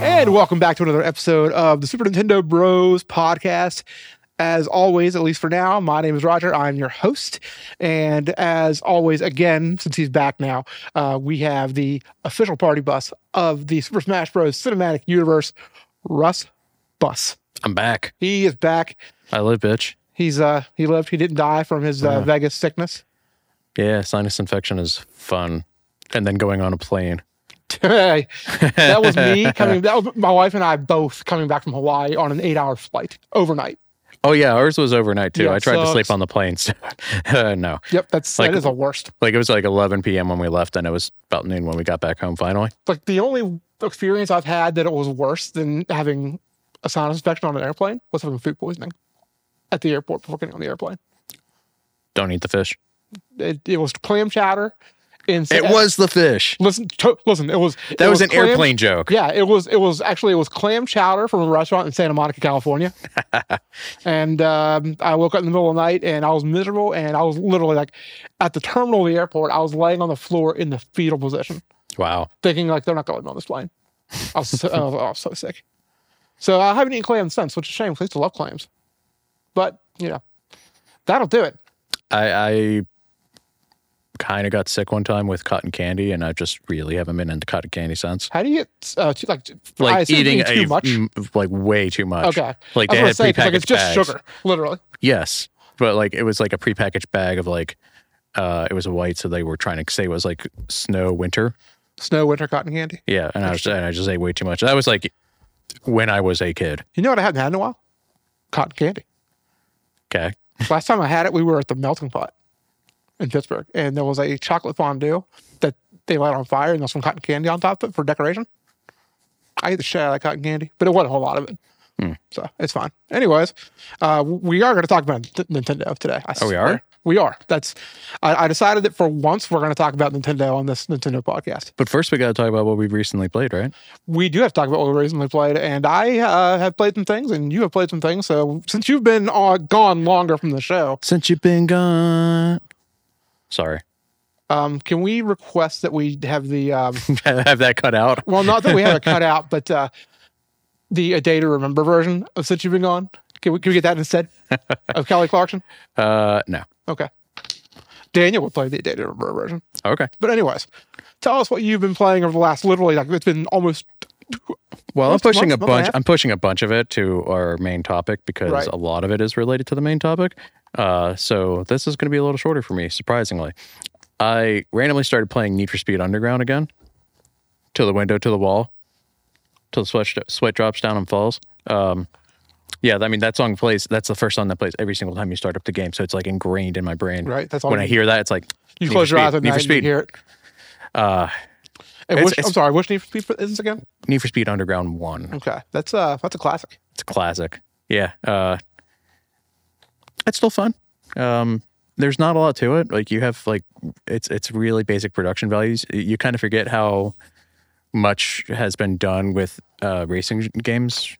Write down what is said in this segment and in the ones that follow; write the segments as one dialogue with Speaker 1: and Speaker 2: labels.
Speaker 1: and welcome back to another episode of the Super Nintendo Bros podcast. As always, at least for now, my name is Roger. I'm your host. And as always, again, since he's back now, uh, we have the official party bus of the Super Smash Bros. cinematic universe, Russ Bus.
Speaker 2: I'm back.
Speaker 1: He is back.
Speaker 2: I live, bitch.
Speaker 1: He's uh he lived. He didn't die from his uh,
Speaker 2: Yeah.
Speaker 1: Vegas sickness.
Speaker 2: Yeah, sinus infection is fun. And then going on a plane.
Speaker 1: that was me coming. That was my wife and I both coming back from Hawaii on an eight-hour flight overnight.
Speaker 2: Oh yeah, ours was overnight too.
Speaker 1: Yeah,
Speaker 2: I tried to
Speaker 1: sucks.
Speaker 2: sleep on the plane. So, uh, no,
Speaker 1: Yep, that's
Speaker 2: Like-
Speaker 1: that is the worst.
Speaker 2: like it was like 11 p.m. when we left, and it was about noon when we got back home. Finally,
Speaker 1: like the only experience I've had that it was worse than having a sinus infection on an airplane was having food poisoning at the airport before getting on the airplane.
Speaker 2: don't eat the fish.
Speaker 1: It, it was clam chowder. And
Speaker 2: It was the fish.
Speaker 1: listen, to, listen. It was it
Speaker 2: That was, an
Speaker 1: clam-
Speaker 2: airplane joke.
Speaker 1: Yeah, it was. It was actually it was clam chowder from a restaurant in Santa Monica, California. and um, I woke up in the middle of the night and I was miserable. And I was literally like at the terminal of the airport. I was laying on the floor in the fetal position.
Speaker 2: Wow.
Speaker 1: thinking like they're not going on this plane. I was so, oh, I was- I was so sick. So I haven't eaten clams since, which is a shame. 'cause I used to love clams, but you know, that'll do it.
Speaker 2: I, I kind of got sick one time with cotton candy, and I just really haven't been into cotton candy since.
Speaker 1: How do you get uh, too, like I
Speaker 2: Like
Speaker 1: assume
Speaker 2: eating
Speaker 1: too
Speaker 2: a
Speaker 1: much?
Speaker 2: m- like way too much.
Speaker 1: Okay,
Speaker 2: Like
Speaker 1: I
Speaker 2: they
Speaker 1: was gonna say
Speaker 2: had
Speaker 1: 'cause,
Speaker 2: prepackaged
Speaker 1: like it's just
Speaker 2: bags.
Speaker 1: sugar, literally.
Speaker 2: Yes, but like it was like a prepackaged bag of like uh it was white, so they were trying to say it was like snow winter.
Speaker 1: Snow, winter, cotton candy.
Speaker 2: Yeah, and I was and I just ate way too much. That was like when I was a kid.
Speaker 1: You know what I haven't had in a while? Cotton candy.
Speaker 2: Okay,
Speaker 1: Last time I had it, we were at the melting pot in Pittsburgh, and there was a chocolate fondue that they light on fire, and there was some cotton candy on top of it for decoration. I ate the shit out of that cotton candy, but it wasn't a whole lot of it.
Speaker 2: Hmm.
Speaker 1: So it's fine. Anyways, uh, we are going to talk about Nint- Nintendo today. I
Speaker 2: Oh, we
Speaker 1: swear.
Speaker 2: are?
Speaker 1: We are. That's. I, I decided that for once we're going to talk about Nintendo on this Nintendo podcast.
Speaker 2: but first we got to talk about what we've recently played, right?
Speaker 1: We do have to talk about what we recently played, and I uh, have played some things, and you have played some things. So since you've been uh, gone longer from the show,
Speaker 2: Since you've been gone, sorry,
Speaker 1: Um, can we request that we have the um,
Speaker 2: have that cut out.
Speaker 1: well, not that we have a cutout, but uh, the a day to remember version of since you've been gone? Can we, can we get that instead of Kelly Clarkson?
Speaker 2: Uh, no.
Speaker 1: Okay, Daniel would play the a day to remember version.
Speaker 2: Okay.
Speaker 1: But anyways, tell us what you've been playing over the last literally like it's been almost
Speaker 2: Well, I'm
Speaker 1: Month-
Speaker 2: pushing a
Speaker 1: month, month and a
Speaker 2: bunch.
Speaker 1: half.
Speaker 2: I'm pushing a bunch of it to our main topic because
Speaker 1: Right.
Speaker 2: a lot of it is related to the main topic. Uh, so this is going to be a little shorter for me, surprisingly. I randomly started playing Need for Speed Underground again. To the window, to the wall, till the sweat sweat drops down and falls. Um, yeah, I mean that song plays. That's the first song that plays every single time you start up the game, so it's like ingrained in my brain.
Speaker 1: Right, that's all
Speaker 2: when
Speaker 1: you
Speaker 2: I
Speaker 1: need.
Speaker 2: hear that, it's like
Speaker 1: you
Speaker 2: Need for
Speaker 1: close your
Speaker 2: Speed,
Speaker 1: eyes at
Speaker 2: Need
Speaker 1: night
Speaker 2: for
Speaker 1: and you
Speaker 2: Speed,
Speaker 1: hear it.
Speaker 2: uh,
Speaker 1: And
Speaker 2: it's-
Speaker 1: which, I'm
Speaker 2: it's-
Speaker 1: sorry, which Need for Speed is this again?
Speaker 2: Need for Speed Underground One.
Speaker 1: Okay, that's uh that's a classic.
Speaker 2: It's a classic. Yeah. Uh it's still fun. Um there's not a lot to it. Like you have like it's it's really basic production values. You kind of forget how much has been done with uh racing games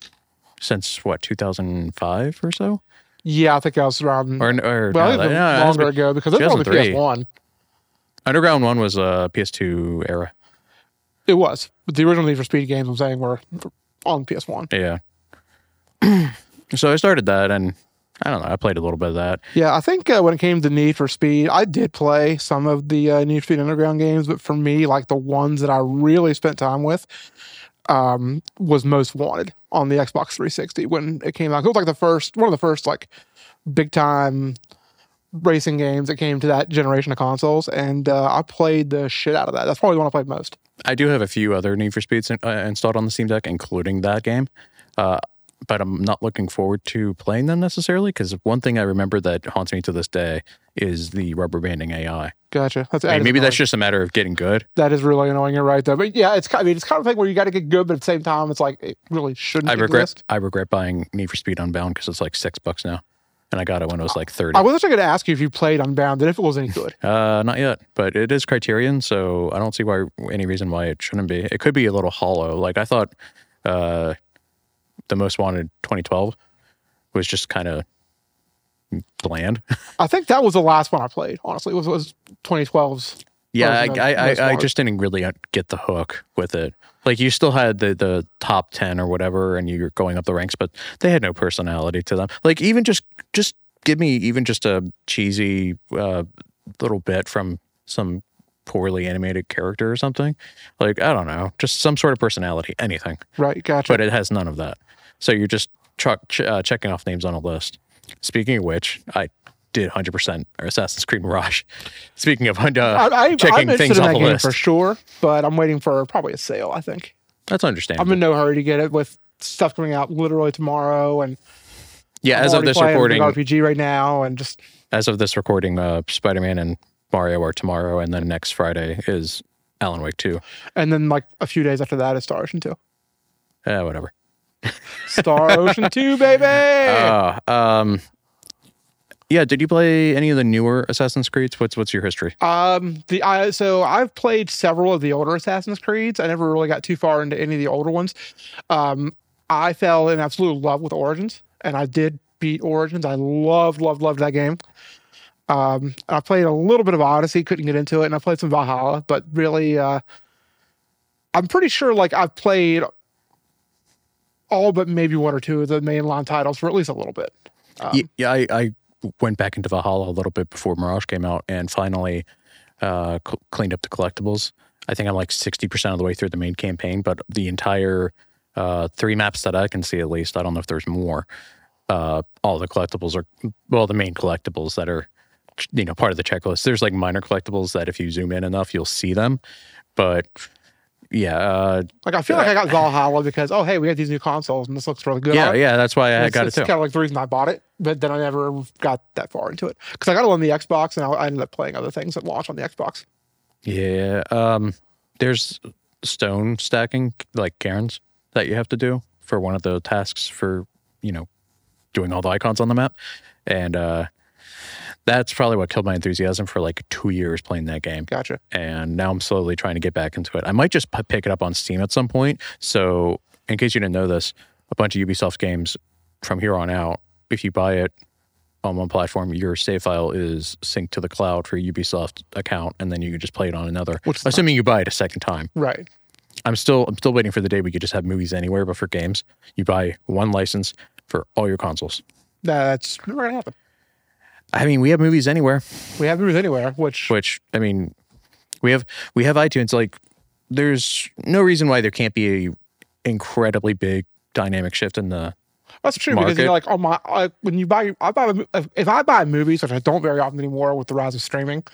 Speaker 2: since what 2005 or so
Speaker 1: Yeah, I think that was around.
Speaker 2: or, or
Speaker 1: well,
Speaker 2: no,
Speaker 1: even
Speaker 2: that- no, that's
Speaker 1: longer
Speaker 2: been-
Speaker 1: ago because it was on the
Speaker 2: 2003.
Speaker 1: PS One.
Speaker 2: underground one was uh ps2 era
Speaker 1: It was. But the original Need for Speed games I'm saying were on PS1.
Speaker 2: yeah so i started that and i don't know i played a little bit of that
Speaker 1: Yeah, I think uh, when it came to Need for Speed, I did play some of the uh, Need for Speed Underground games, but for me, like the ones that I really spent time with um, was Most Wanted on the Xbox 360 when it came out. It was like the first, one of the first like big time racing games that came to that generation of consoles, and uh, I played the shit out of that. That's probably the one I played most.
Speaker 2: I do have a few other Need for Speeds in, uh, installed on the Steam Deck, including that game. Uh, but I'm not looking forward to playing them necessarily because one thing I remember that haunts me to this day is the rubber banding AI.
Speaker 1: Gotcha. That's,
Speaker 2: I
Speaker 1: that
Speaker 2: mean,
Speaker 1: is
Speaker 2: maybe
Speaker 1: annoying.
Speaker 2: that's just a matter of getting good.
Speaker 1: That is really annoying. You're right, though. But yeah, it's ki- I mean, it's kind of like where you got to get good, but at the same time, it's like it really shouldn't.
Speaker 2: I regret
Speaker 1: exist.
Speaker 2: I regret buying Need for Speed Unbound because it's like six bucks now, and I got it when it was like thirty.
Speaker 1: I was actually going to ask you if you played Unbound and if it was any good.
Speaker 2: Uh, not yet, but it is Criterion, so I don't see why any reason why it shouldn't be. It could be a little hollow. Like I thought, uh, the Most Wanted 2012 was just kind of bland.
Speaker 1: I think that was the last one I played. Honestly, it was, was 2012's.
Speaker 2: yeah,
Speaker 1: Version of
Speaker 2: I I,
Speaker 1: Most
Speaker 2: I, I
Speaker 1: Wanted.
Speaker 2: just didn't really get the hook with it. Like you still had the the top ten or whatever, and you're going up the ranks, but they had no personality to them. Like even just just give me even just a cheesy uh, little bit from some poorly animated character or something. Like I don't know, just some sort of personality, anything.
Speaker 1: Right. Gotcha.
Speaker 2: But it has none of that. So you're just chuck, ch- uh, checking off names on a list. Speaking of which, I did 100% Assassin's Creed Mirage. Speaking of hun- uh,
Speaker 1: I, I,
Speaker 2: checking
Speaker 1: I'm interested
Speaker 2: things
Speaker 1: in
Speaker 2: off
Speaker 1: that
Speaker 2: a
Speaker 1: game
Speaker 2: list,
Speaker 1: for sure, but I'm waiting for probably a sale. I think
Speaker 2: that's understandable.
Speaker 1: I'm in no hurry to get it with stuff coming out literally tomorrow, and
Speaker 2: yeah,
Speaker 1: I'm
Speaker 2: as of
Speaker 1: already
Speaker 2: this
Speaker 1: playing
Speaker 2: recording,
Speaker 1: big RPG right now, and just
Speaker 2: as of this recording, uh, Spider-Man and Mario are tomorrow, and then next Friday is Alan Wake 2.
Speaker 1: and then like a few days after that is Star Ocean Two.
Speaker 2: Uh, whatever.
Speaker 1: Star Ocean Two, baby.
Speaker 2: Uh, um, yeah, did you play any of the newer Assassin's Creeds? What's what's your history?
Speaker 1: Um, the I so I've played several of the older Assassin's Creeds. I never really got too far into any of the older ones. Um, I fell in absolute love with Origins, and I did beat Origins. I loved, loved, loved that game. Um, I played a little bit of Odyssey, couldn't get into it, and I played some Valhalla, but really, uh, I'm pretty sure like I've played all but maybe one or two of the mainline titles for at least a little bit. Um,
Speaker 2: Ye- yeah, I, I went back into Valhalla a little bit before Mirage came out and finally uh, cl- cleaned up the collectibles. I think I'm like 60% of the way through the main campaign, but the entire uh, three maps that I can see, at least, I don't know if there's more. Uh, all the collectibles are, well, the main collectibles that are, you know, part of the checklist. There's like minor collectibles that if you zoom in enough, you'll see them. But yeah, uh,
Speaker 1: Like I feel like I got Valhalla because oh hey, we got these new consoles and this looks really good.
Speaker 2: yeah,
Speaker 1: on it.
Speaker 2: yeah, that's why I
Speaker 1: It's-
Speaker 2: got it
Speaker 1: it's
Speaker 2: too.
Speaker 1: kind of like the reason I bought it, but then I never got that far into it because I got it on the Xbox and I, I ended up playing other things at launch on the Xbox.
Speaker 2: Yeah. Um, there's stone stacking, like Karen's, that you have to do for one of the tasks for, you know, doing all the icons on the map. And uh, that's probably what killed my enthusiasm for like two years playing that game.
Speaker 1: Gotcha.
Speaker 2: And now I'm slowly trying to get back into it. I might just p- pick it up on Steam at some point. So, in case you didn't know this, a bunch of Ubisoft games from here on out, if you buy it on one platform, your save file is synced to the cloud for your Ubisoft account, and then you can just play it on another.
Speaker 1: Which is
Speaker 2: assuming you buy it a second time.
Speaker 1: Right.
Speaker 2: I'm still I'm still waiting for the day we could just have movies anywhere, but for games, you buy one license for all your consoles.
Speaker 1: That's never gonna happen.
Speaker 2: I mean, we have movies anywhere.
Speaker 1: We have movies anywhere, which
Speaker 2: which I mean, we have we have iTunes. Like, there's no reason why there can't be a incredibly big dynamic shift in the.
Speaker 1: that's true because you're like on my I, when you buy I buy a mo- if- if I buy movies which I don't very often anymore with the rise of streaming,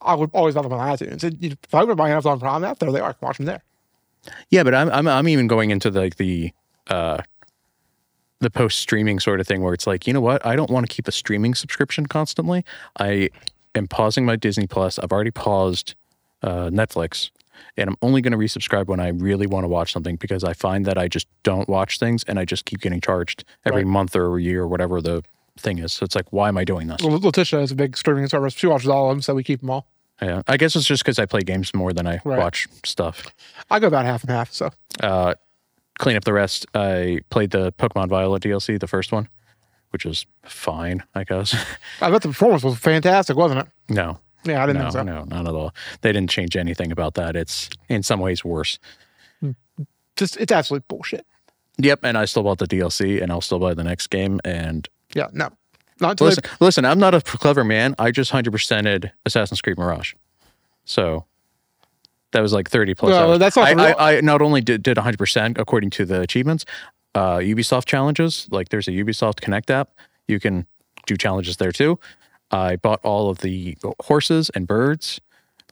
Speaker 1: I would always buy them on iTunes. And you- if I would buy an Amazon Prime app, there they are. I can watch them there.
Speaker 2: Yeah, but I'm I'm I'm even going into like the. uh the post streaming sort of thing where it's like, you know what? I don't want to keep a streaming subscription constantly. I am pausing my Disney Plus. I've already paused uh, Netflix and I'm only going to resubscribe when I really want to watch something because I find that I just don't watch things and I just keep getting charged every
Speaker 1: Right.
Speaker 2: month or year or whatever the thing is. So it's like, why am I doing this?
Speaker 1: Well, Letitia is a big streaming service. She watches all of them, so we keep them all.
Speaker 2: Yeah. I guess it's just because I play games more than I
Speaker 1: Right.
Speaker 2: watch stuff.
Speaker 1: I go about half and half. So
Speaker 2: Uh, clean up the rest. I played the Pokemon Violet DLC, the first one, which was fine, I guess.
Speaker 1: I bet the performance was fantastic, wasn't it?
Speaker 2: no,
Speaker 1: Yeah, I didn't
Speaker 2: no,
Speaker 1: think so.
Speaker 2: no, not at all. They didn't change anything about that. It's in some ways worse.
Speaker 1: Just it's absolute bullshit.
Speaker 2: Yep, and I still bought the DLC, and I'll still buy the next game. And
Speaker 1: Yeah, no, not until
Speaker 2: listen, listen, I'm not a clever man. I just hundred percented Assassin's Creed Mirage, so that was like thirty plus.
Speaker 1: No,
Speaker 2: hours.
Speaker 1: that's not
Speaker 2: I,
Speaker 1: the real-
Speaker 2: I, I not only did did hundred percent according to the achievements, uh, Ubisoft challenges. Like there's a Ubisoft Connect app. You can do challenges there too. I bought all of the horses and birds,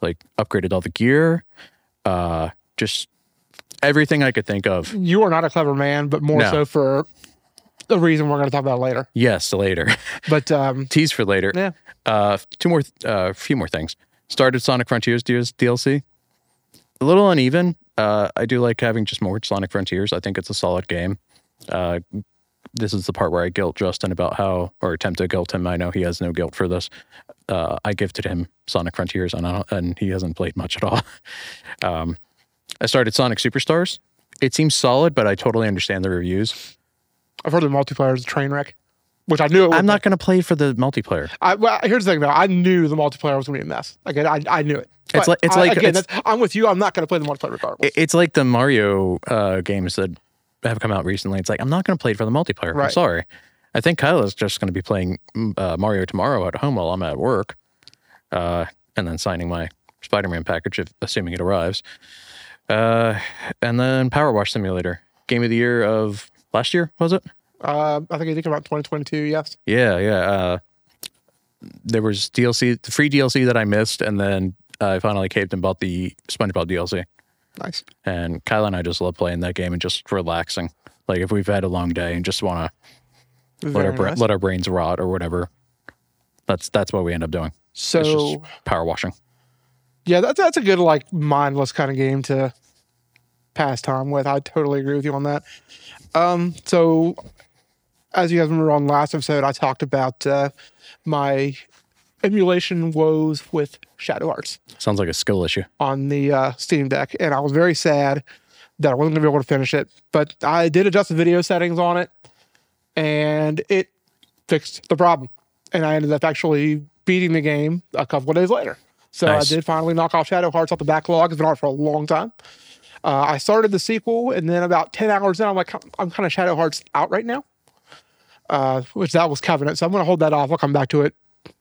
Speaker 2: like upgraded all the gear, uh, just everything I could think of.
Speaker 1: you are not a clever man, but more
Speaker 2: No.
Speaker 1: so for the reason we're going to talk about later.
Speaker 2: Yes, later.
Speaker 1: But um,
Speaker 2: tease for later.
Speaker 1: Yeah.
Speaker 2: Uh, two more, uh, few more things. Started Sonic Frontiers DS- DLC. A little uneven. Uh, I do like having just more Sonic Frontiers. I think it's a solid game. Uh, this is the part where I guilt Justin about how, or attempt to guilt him. I know he has no guilt for this. Uh, I gifted him Sonic Frontiers, and I don't, and he hasn't played much at all. um, I started Sonic Superstars. It seems solid, but I totally understand the reviews.
Speaker 1: I've heard the multiplayer is a train wreck. which I knew it would
Speaker 2: I'm not going to play for the multiplayer.
Speaker 1: I, well, here's the thing though. I knew the multiplayer was gonna be a mess. Like I, I knew it.
Speaker 2: It's like- it's
Speaker 1: I-
Speaker 2: like-
Speaker 1: again,
Speaker 2: it's-
Speaker 1: that's, I'm with you. I'm not gonna play the multiplayer regardless.
Speaker 2: It- It's like the Mario uh, games that have come out recently. It's like I'm not going to play it for the multiplayer. I'm
Speaker 1: Right.
Speaker 2: sorry. I think Kyle is just going to be playing mm, uh, Mario tomorrow at home while I'm at work, uh, and then signing my Spider-Man package, if, assuming it arrives. Uh, and then Power Wash Simulator, game of the year of last year, was it?
Speaker 1: uh, I think it did come out in 2022. Yes.
Speaker 2: Yeah, yeah. Uh, there was DLC, the free DLC that I missed, and then I finally caved and bought the SpongeBob DLC.
Speaker 1: Nice.
Speaker 2: And Kyle and I just love playing that game and just relaxing. Like if we've had a long day and just want to let
Speaker 1: Very
Speaker 2: our bra-
Speaker 1: nice.
Speaker 2: let our brains rot or whatever, that's that's what we end up doing. It's
Speaker 1: So
Speaker 2: just power washing.
Speaker 1: yeah, that's that's a good like mindless kind of game to pass time with. I totally agree with you on that. Um, so as you guys remember on last episode, I talked about uh, my emulation woes with Shadow Arts.
Speaker 2: Sounds like a skill issue.
Speaker 1: on the uh, Steam Deck, and I was very sad that I wasn't gonna be able to finish it. But I did adjust the video settings on it, and it fixed the problem. And I ended up actually beating the game a couple of days later. So
Speaker 2: Nice.
Speaker 1: I did finally knock off Shadow Hearts off the backlog. It's been on for a long time. Uh, I started the sequel, and then about ten hours in, I'm like, I'm kind of Shadow Hearts out right now. Uh, which that was Covenant, so I'm gonna hold that off. I'll come back to it.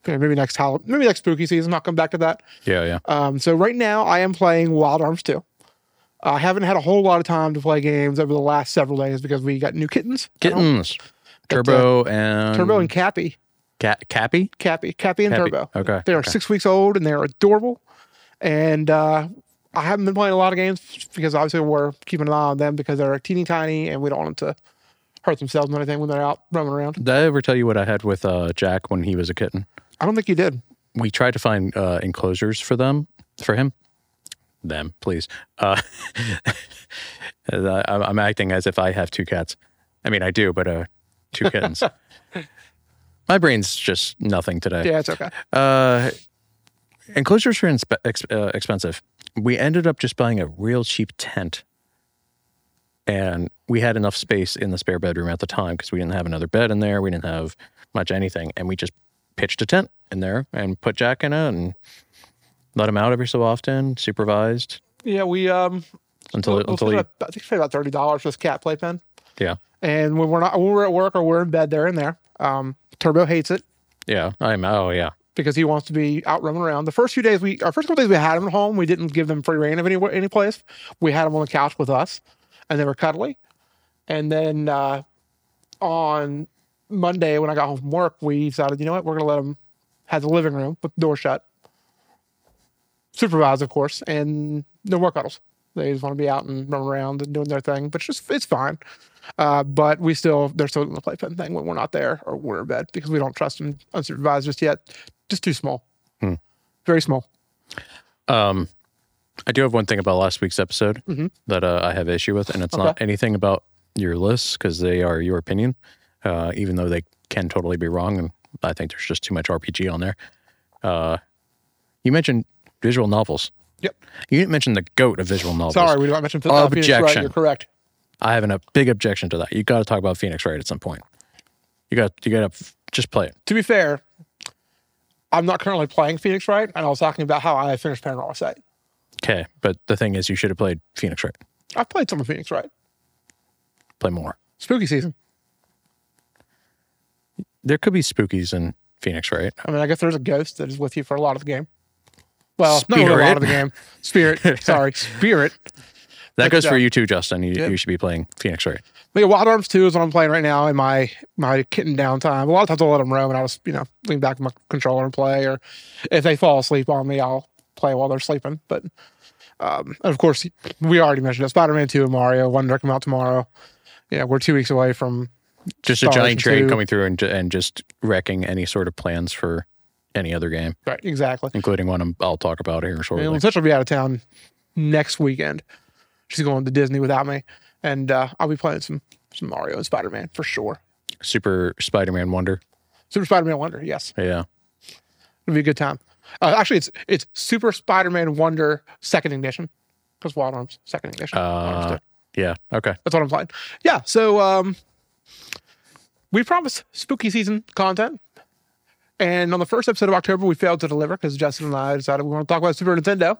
Speaker 1: you know, Maybe next Hall- maybe next spooky season, I'll come back to that.
Speaker 2: Yeah, yeah.
Speaker 1: Um, so right now I am playing Wild Arms 2. I haven't had a whole lot of time to play games over the last several days because we got new kittens. I don't-
Speaker 2: Kittens, Turbo and
Speaker 1: Turbo and Cappy.
Speaker 2: Ca- Cappy.
Speaker 1: Cappy. Cappy and
Speaker 2: Cappy.
Speaker 1: Turbo.
Speaker 2: Okay,
Speaker 1: They are
Speaker 2: okay.
Speaker 1: six weeks old and they're adorable. And uh, I haven't been playing a lot of games because obviously we're keeping an eye on them because they're teeny tiny and we don't want them to hurt themselves or anything when they're out roaming around.
Speaker 2: Did I ever tell you what I had with uh, Jack when he was a kitten?
Speaker 1: I don't think you did.
Speaker 2: we tried to find uh, enclosures for them for him them please uh, I- i'm acting as if i have two cats i mean i do but uh, two kittens my brain's just nothing today
Speaker 1: Yeah, it's okay.
Speaker 2: uh, enclosures were inspe- ex- uh, expensive we ended up just buying a real cheap tent and we had enough space in the spare bedroom at the time because we didn't have another bed in there we didn't have much anything and we just pitched a tent in there and put jack in it and let him out every so often supervised
Speaker 1: Yeah, we um
Speaker 2: until
Speaker 1: we
Speaker 2: until he,
Speaker 1: I think we paid about thirty dollars for this cat playpen.
Speaker 2: yeah
Speaker 1: And when we're not when we're at work or we're in bed, they're in there. Um, Turbo hates it
Speaker 2: yeah i'm oh yeah
Speaker 1: because he wants to be out roaming around. The first few days we our first couple days we had him at home. We didn't give them free reign of any any place. We had him on the couch with us, and they were cuddly. And then uh, on Monday when I got home from work, we decided you know what we're gonna let him have the living room with the door shut, supervised of course, and no more cuddles. They just want to be out and run around and doing their thing, but just it's fine. Uh, but we still they're still in the playpen thing when we're not there or we're in bed because we don't trust them unsupervised just yet. Just too small.
Speaker 2: Hmm.
Speaker 1: Very small.
Speaker 2: um i do have one thing about last week's episode
Speaker 1: Mhm.
Speaker 2: that uh, i have issue with and it's not anything about your lists because they are your opinion uh even though they can totally be wrong and i think there's just too much rpg on there uh you mentioned visual novels
Speaker 1: Yep.
Speaker 2: you didn't mention the goat of visual novels
Speaker 1: Sorry, we did not mention Phil- uh, Phoenix Wright.
Speaker 2: Objection.
Speaker 1: You're correct.
Speaker 2: I have an- a big objection to that. You got to talk about Phoenix Wright at some point. You got you got to just play it.
Speaker 1: To be fair, I'm not currently playing Phoenix Wright, and I was talking about how I finished Paranormal Site.
Speaker 2: Okay, but the thing is, you should have played Phoenix Wright.
Speaker 1: I've played some of Phoenix Wright.
Speaker 2: Play more.
Speaker 1: Spooky season.
Speaker 2: There could be spookies in Phoenix Wright.
Speaker 1: I mean, I guess there's a ghost that is with you for a lot of the game. Well, not really a lot of the game. Spirit. Sorry, spirit.
Speaker 2: That
Speaker 1: Like,
Speaker 2: goes
Speaker 1: uh,
Speaker 2: for you too, Justin. You,
Speaker 1: yeah.
Speaker 2: you should be playing Phoenix Wright.
Speaker 1: Like Wild Arms 2 is what I'm playing right now in my my kitten downtime. A lot of times I'll let them roam and I'll just, you know, lean back with my controller and play. Or if they fall asleep on me, I'll play while they're sleeping. But um, and of course, we already mentioned it. Spider Man 2 and Mario Wonder come out tomorrow. Yeah, we're two weeks away from
Speaker 2: Just a
Speaker 1: Stars
Speaker 2: giant train
Speaker 1: too.
Speaker 2: coming through and, ju- and just wrecking any sort of plans for any other game,
Speaker 1: right, exactly.
Speaker 2: including one I'm, I'll talk about here shortly.
Speaker 1: And Letitia will be out of town next weekend. She's going to Disney without me. And uh, I'll be playing some some Mario and Spider Man for sure.
Speaker 2: Super Spider-Man Wonder.
Speaker 1: Super Spider Man Wonder, yes.
Speaker 2: Yeah.
Speaker 1: It'll be a good time. Uh, actually, it's it's Super Spider-Man Wonder Second Ignition because Wild Arms Second Ignition. Wild Arms
Speaker 2: Uh,
Speaker 1: two.
Speaker 2: yeah. Okay.
Speaker 1: That's what I'm playing. Yeah. So um, we promised spooky season content. And on the first episode of October, we failed to deliver because Justin and I decided we want to talk about Super Nintendo.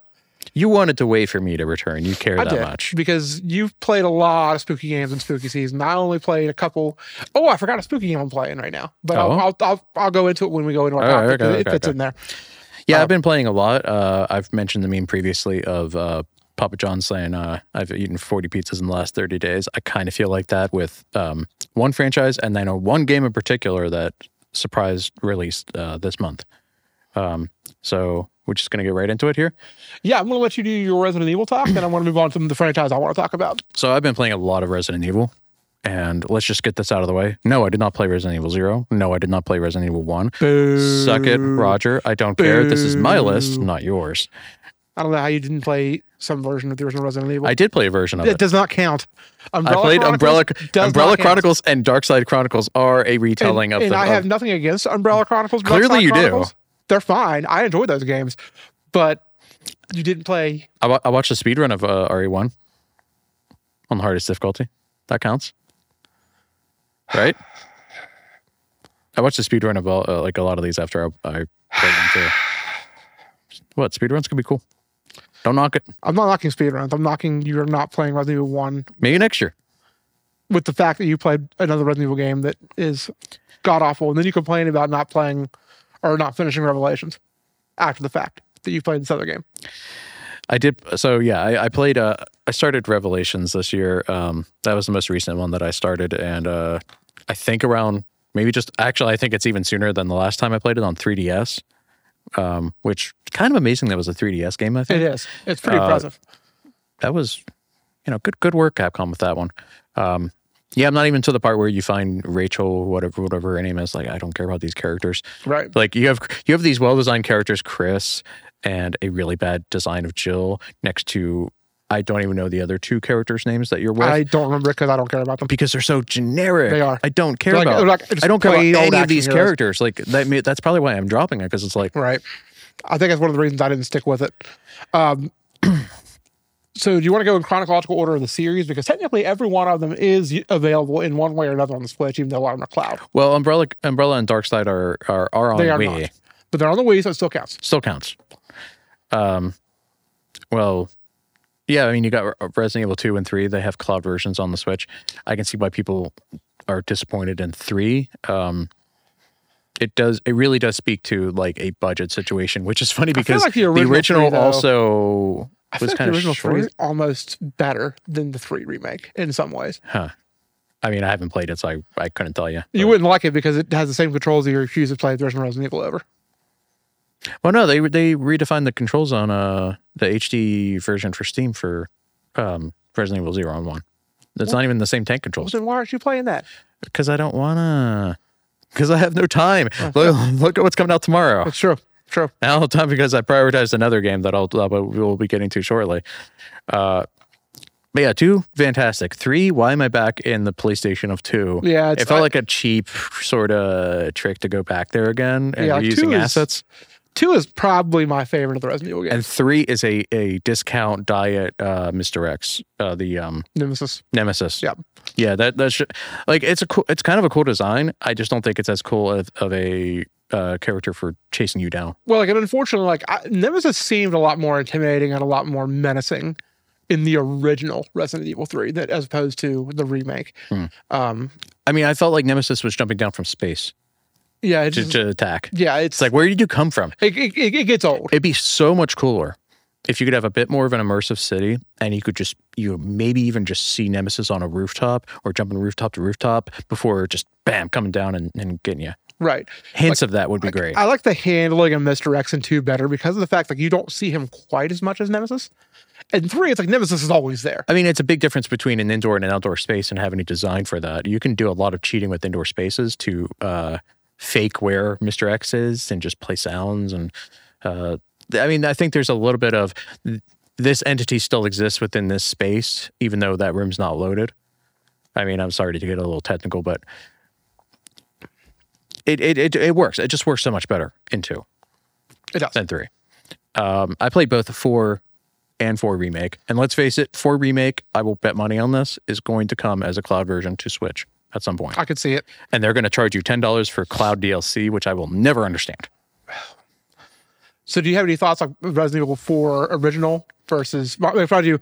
Speaker 2: You wanted to wait for me to return. You care
Speaker 1: I
Speaker 2: that
Speaker 1: did
Speaker 2: much.
Speaker 1: because you've played a lot of spooky games in spooky season. I only played a couple. Oh, I forgot a spooky game I'm playing right now, but I'll,
Speaker 2: Oh.
Speaker 1: I'll, I'll I'll go into it when we go into our
Speaker 2: Oh,
Speaker 1: topic.
Speaker 2: okay,
Speaker 1: 'cause it
Speaker 2: okay,
Speaker 1: fits
Speaker 2: okay.
Speaker 1: in there.
Speaker 2: Yeah, I've been playing a lot. Uh, I've mentioned the meme previously of uh, Papa John saying, uh, I've eaten 40 pizzas in the last 30 days. I kind of feel like that with um, one franchise and I know one game in particular that surprised released uh, this month. Um, so we're just going to get right into it here.
Speaker 1: Yeah, I'm going to let you do your Resident Evil talk, and I want to move on to the franchise I want to talk about.
Speaker 2: So I've been playing a lot of Resident Evil, and let's just get this out of the way. No, I did not play Resident Evil Zero. No, I did not play Resident Evil One. Suck it, Roger. I don't care. This is my list,
Speaker 1: Boo.
Speaker 2: not yours.
Speaker 1: I don't know how you didn't play some version of the original Resident Evil.
Speaker 2: I did play a version of
Speaker 1: it
Speaker 2: it.
Speaker 1: does not count.
Speaker 2: I
Speaker 1: Umbrella
Speaker 2: played Umbrella
Speaker 1: does not
Speaker 2: Umbrella
Speaker 1: count.
Speaker 2: Chronicles and Dark Side Chronicles are a
Speaker 1: And-
Speaker 2: retelling of
Speaker 1: and
Speaker 2: the.
Speaker 1: I have
Speaker 2: of-
Speaker 1: nothing against Umbrella Chronicles. Dark
Speaker 2: Clearly
Speaker 1: Side
Speaker 2: you do.
Speaker 1: Chronicles. They're fine. I enjoy those games, but you didn't play.
Speaker 2: I, wa- I watched a speedrun of uh, RE1 on the hardest difficulty. That counts, right? I watched a speedrun of all, uh, like a lot of these after I, I played them through. What speedruns could be cool. Don't knock it.
Speaker 1: I'm not knocking speedruns. I'm knocking you're not playing Resident Evil One
Speaker 2: Maybe next year.
Speaker 1: with the fact that you played another Resident Evil game that is god awful, and then you complain about not playing or not finishing Revelations after the fact that you played this other game.
Speaker 2: I did. So yeah, I, I played. Uh, I started Revelations this year. Um, that was the most recent one that I started, and uh, I think around maybe just actually, I think it's even sooner than the last time I played it on 3DS. Um, which kind of amazing that was a 3DS game. I think
Speaker 1: It is. It's pretty
Speaker 2: Uh,
Speaker 1: impressive.
Speaker 2: that was, you know, good good work Capcom with that one. Um, yeah, I'm not even to the part where you find Rachel, whatever whatever her name is. Like, I don't care about these characters.
Speaker 1: Right.
Speaker 2: Like you have you have these well designed characters, Chris, and a really bad design of Jill next to I don't even know the other two characters' names that you're with
Speaker 1: I don't remember because I don't care about them.
Speaker 2: because they're so generic.
Speaker 1: They are.
Speaker 2: I don't care
Speaker 1: They're like-
Speaker 2: about.
Speaker 1: they're like- just
Speaker 2: I don't care about
Speaker 1: plain old
Speaker 2: any of
Speaker 1: action
Speaker 2: these
Speaker 1: heroes.
Speaker 2: characters. Like that. may- That's probably why I'm dropping it because it's like
Speaker 1: Right. I think that's one of the reasons I didn't stick with it. Um, so, do you want to go in chronological order of the series? Because technically, every one of them is y- available in one way or another on the Switch, even though a lot of them are cloud.
Speaker 2: well, Umbrella, Umbrella, and Darkseid are are, are on
Speaker 1: They are
Speaker 2: Wii.
Speaker 1: not. But they're on the Wii, so it still counts.
Speaker 2: Still counts. Um, well, yeah. I mean, you got Re- Resident Evil two and three. They have cloud versions on the Switch. I can see why people are disappointed in three. Um, it does. It really does speak to like a budget situation, which is funny
Speaker 1: feel
Speaker 2: because
Speaker 1: like the
Speaker 2: the
Speaker 1: original
Speaker 2: original,
Speaker 1: three, though-
Speaker 2: also
Speaker 1: I feel
Speaker 2: was
Speaker 1: like
Speaker 2: kind
Speaker 1: the
Speaker 2: of
Speaker 1: original
Speaker 2: short.
Speaker 1: three is almost better than the three remake in some ways.
Speaker 2: I mean, I haven't played it, so I, I couldn't tell you.
Speaker 1: You
Speaker 2: But-
Speaker 1: wouldn't like it because it has the same controls that you refuse to play the original Resident Evil over.
Speaker 2: Well, no, they they redefined the controls on uh the HD version for Steam for um Resident Evil Zero and One. It's not even the same tank
Speaker 1: Well,
Speaker 2: controls
Speaker 1: then why aren't you playing that?
Speaker 2: because I don't wanna. Because I have no time. Look, look at what's coming out tomorrow.
Speaker 1: That's true. True.
Speaker 2: I don't have time because I prioritized another game that I'll uh, that we'll be getting to shortly. Uh, but yeah, two fantastic. Three, why am I back in the police station of two?
Speaker 1: Yeah,
Speaker 2: it
Speaker 1: it's-
Speaker 2: felt
Speaker 1: I-
Speaker 2: like a cheap sort of trick to go back there again and
Speaker 1: Yeah,
Speaker 2: yeah,
Speaker 1: like
Speaker 2: reusing
Speaker 1: two is-
Speaker 2: assets.
Speaker 1: Two is probably my favorite of the Resident Evil games.
Speaker 2: and three is a a discount diet uh mr x uh the um
Speaker 1: Nemesis.
Speaker 2: nemesis
Speaker 1: Yep.
Speaker 2: yeah that that's sh- like it's a cool it's kind of a cool design i just don't think it's as cool of, of a uh character for chasing you down
Speaker 1: Well, like, and unfortunately, like I, Nemesis seemed a lot more intimidating and a lot more menacing in the original Resident Evil Three, that as opposed to the remake.
Speaker 2: Hmm.
Speaker 1: Um,
Speaker 2: i mean i felt like nemesis was jumping down from space
Speaker 1: yeah, it
Speaker 2: to,
Speaker 1: just,
Speaker 2: to attack
Speaker 1: yeah, it's,
Speaker 2: it's like where did you come from
Speaker 1: it, it, it, it gets old.
Speaker 2: it'd be so much cooler if you could have a bit more of an immersive city and you could just you maybe even just see nemesis on a rooftop or jumping rooftop to rooftop before just bam coming down and, and getting you
Speaker 1: right.
Speaker 2: hints of that would be great
Speaker 1: I like the handling of Mister X in two better because of the fact like you don't see him quite as much as Nemesis. And three, it's like Nemesis is always there.
Speaker 2: I mean, it's a big difference between an indoor and an outdoor space and having a design for that. You can do a lot of cheating with indoor spaces to uh, fake where Mr. X is and just play sounds. And uh, th- I mean, I think there's a little bit of th- this entity still exists within this space, even though that room's not loaded. I mean, I'm sorry to get a little technical, but it, it, it, it works. It just works so much better in two
Speaker 1: It does.
Speaker 2: than three. Um, I played both four and four remake, and let's face it, four remake. I will bet money on this is going to come as a cloud version to Switch. at some point.
Speaker 1: I could see it.
Speaker 2: And they're going to charge you $10 for cloud DLC, which I will never understand.
Speaker 1: So, do you have any thoughts on Resident Evil 4 original versus? If I do,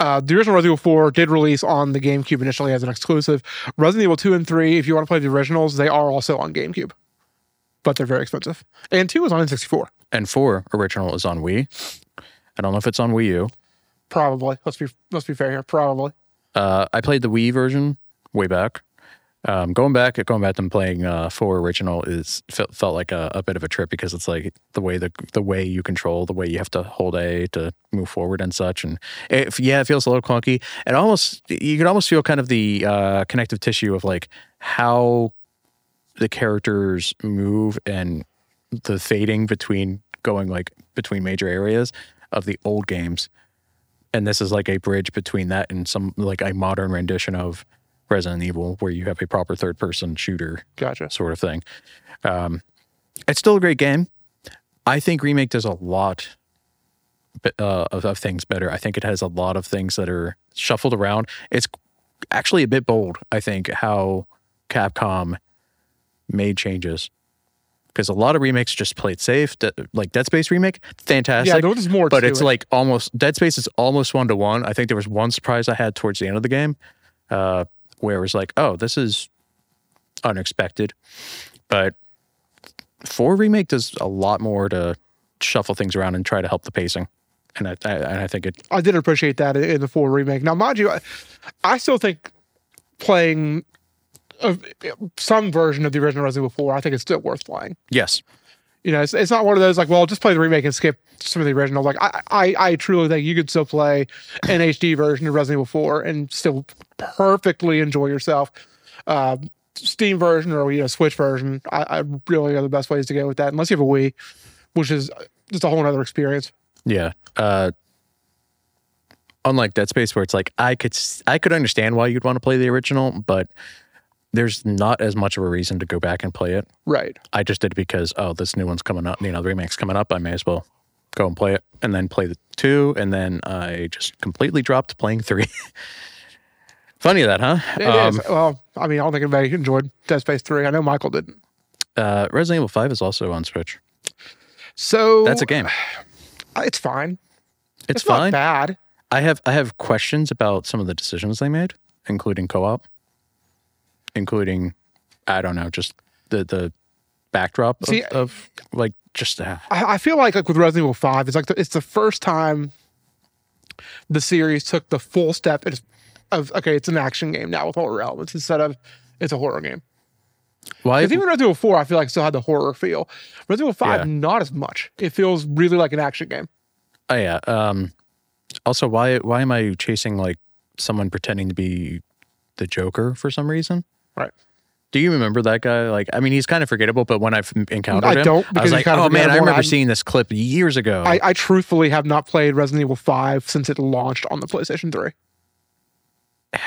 Speaker 1: uh, the original Resident Evil 4 did release on the GameCube initially as an exclusive. Resident Evil 2 and 3, if you want to play the originals, they are also on GameCube, but they're very expensive. And 2 is on N64,
Speaker 2: And 4 original is on Wii. I don't know if it's on Wii U.
Speaker 1: probably. Let's be let's be fair here. Probably.
Speaker 2: Uh, I played the Wii version way back. Um, going back, going back and playing uh, four original is felt, felt like a, a bit of a trip because it's like the way the the way you control, the way you have to hold A to move forward and such, and it, yeah, it feels a little clunky. And almost you can almost feel kind of the uh, connective tissue of like how the characters move and the fading between going like between major areas of the old games and this is like a bridge between that and some like a modern rendition of Resident Evil, where you have a proper third person shooter
Speaker 1: Gotcha.
Speaker 2: sort of thing. Um, it's still a great game. I think Remake does a lot be- uh, of, of things better. I think it has a lot of things that are shuffled around. It's actually a bit bold, I think, how Capcom made changes. Because a lot of remakes just play it safe. De- like Dead Space Remake, fantastic
Speaker 1: Yeah, there was more.
Speaker 2: but
Speaker 1: to
Speaker 2: it's
Speaker 1: it.
Speaker 2: like almost Dead Space is almost one to one. I think there was one surprise I had towards the end of the game, uh, where it was like, oh, this is unexpected. But four remake does a lot more to shuffle things around and try to help the pacing, and I, I and I think it
Speaker 1: I did appreciate that in the four remake. Now, mind you, I, I still think playing a, some version of the original Resident Evil 4, I think it's still worth playing.
Speaker 2: yes
Speaker 1: You know, it's, it's not one of those like, well, just play the remake and skip some of the original. Like, I, I, I truly think you could still play an HD version of Resident Evil 4 and still perfectly enjoy yourself. Uh, Steam version or you know Switch version, I, I really are the best ways to go with that, unless you have a Wii, which is just a whole other experience.
Speaker 2: yeah. Uh, unlike Dead Space, where it's like I could s- I could understand why you'd want to play the original, but there's not as much of a reason to go back and play it.
Speaker 1: Right.
Speaker 2: I just did it because oh, this new one's coming up, you know, the remake's coming up. I may as well go and play it, and then play the two, and then I just completely dropped playing three. Funny that, huh? Um,
Speaker 1: It is. Well, I mean, I don't think anybody enjoyed Dead Space 3. I know Michael didn't.
Speaker 2: Uh, Resident Evil Five is also on Switch.
Speaker 1: So uh,
Speaker 2: That's a game.
Speaker 1: It's fine.
Speaker 2: It's,
Speaker 1: not
Speaker 2: fine.
Speaker 1: bad.
Speaker 2: I have I have questions about some of the decisions they made, including co-op, including I don't know, just the the backdrop of,
Speaker 1: See,
Speaker 2: of like just uh,
Speaker 1: I, I feel like like with Resident Evil 5, it's like the, it's the first time the series took the full step and it's- of okay, it's an action game now with horror elements instead of it's a horror game.
Speaker 2: why
Speaker 1: Because even Resident Evil 4, I feel like still had the horror feel. Resident Evil 5,
Speaker 2: Yeah.
Speaker 1: not as much. It feels really like an action game.
Speaker 2: Oh yeah. Um, also, why why am I chasing like someone pretending to be the Joker for some reason?
Speaker 1: Right.
Speaker 2: Do you remember that guy? Like, I mean, he's kind of forgettable, but when I've encountered
Speaker 1: I
Speaker 2: him,
Speaker 1: don't,
Speaker 2: I
Speaker 1: because
Speaker 2: was
Speaker 1: he's
Speaker 2: like,
Speaker 1: kind of
Speaker 2: oh man, I
Speaker 1: forgettable, and
Speaker 2: remember
Speaker 1: I'm-
Speaker 2: seeing this clip years ago.
Speaker 1: I, I truthfully have not played Resident Evil 5 since it launched on the PlayStation 3.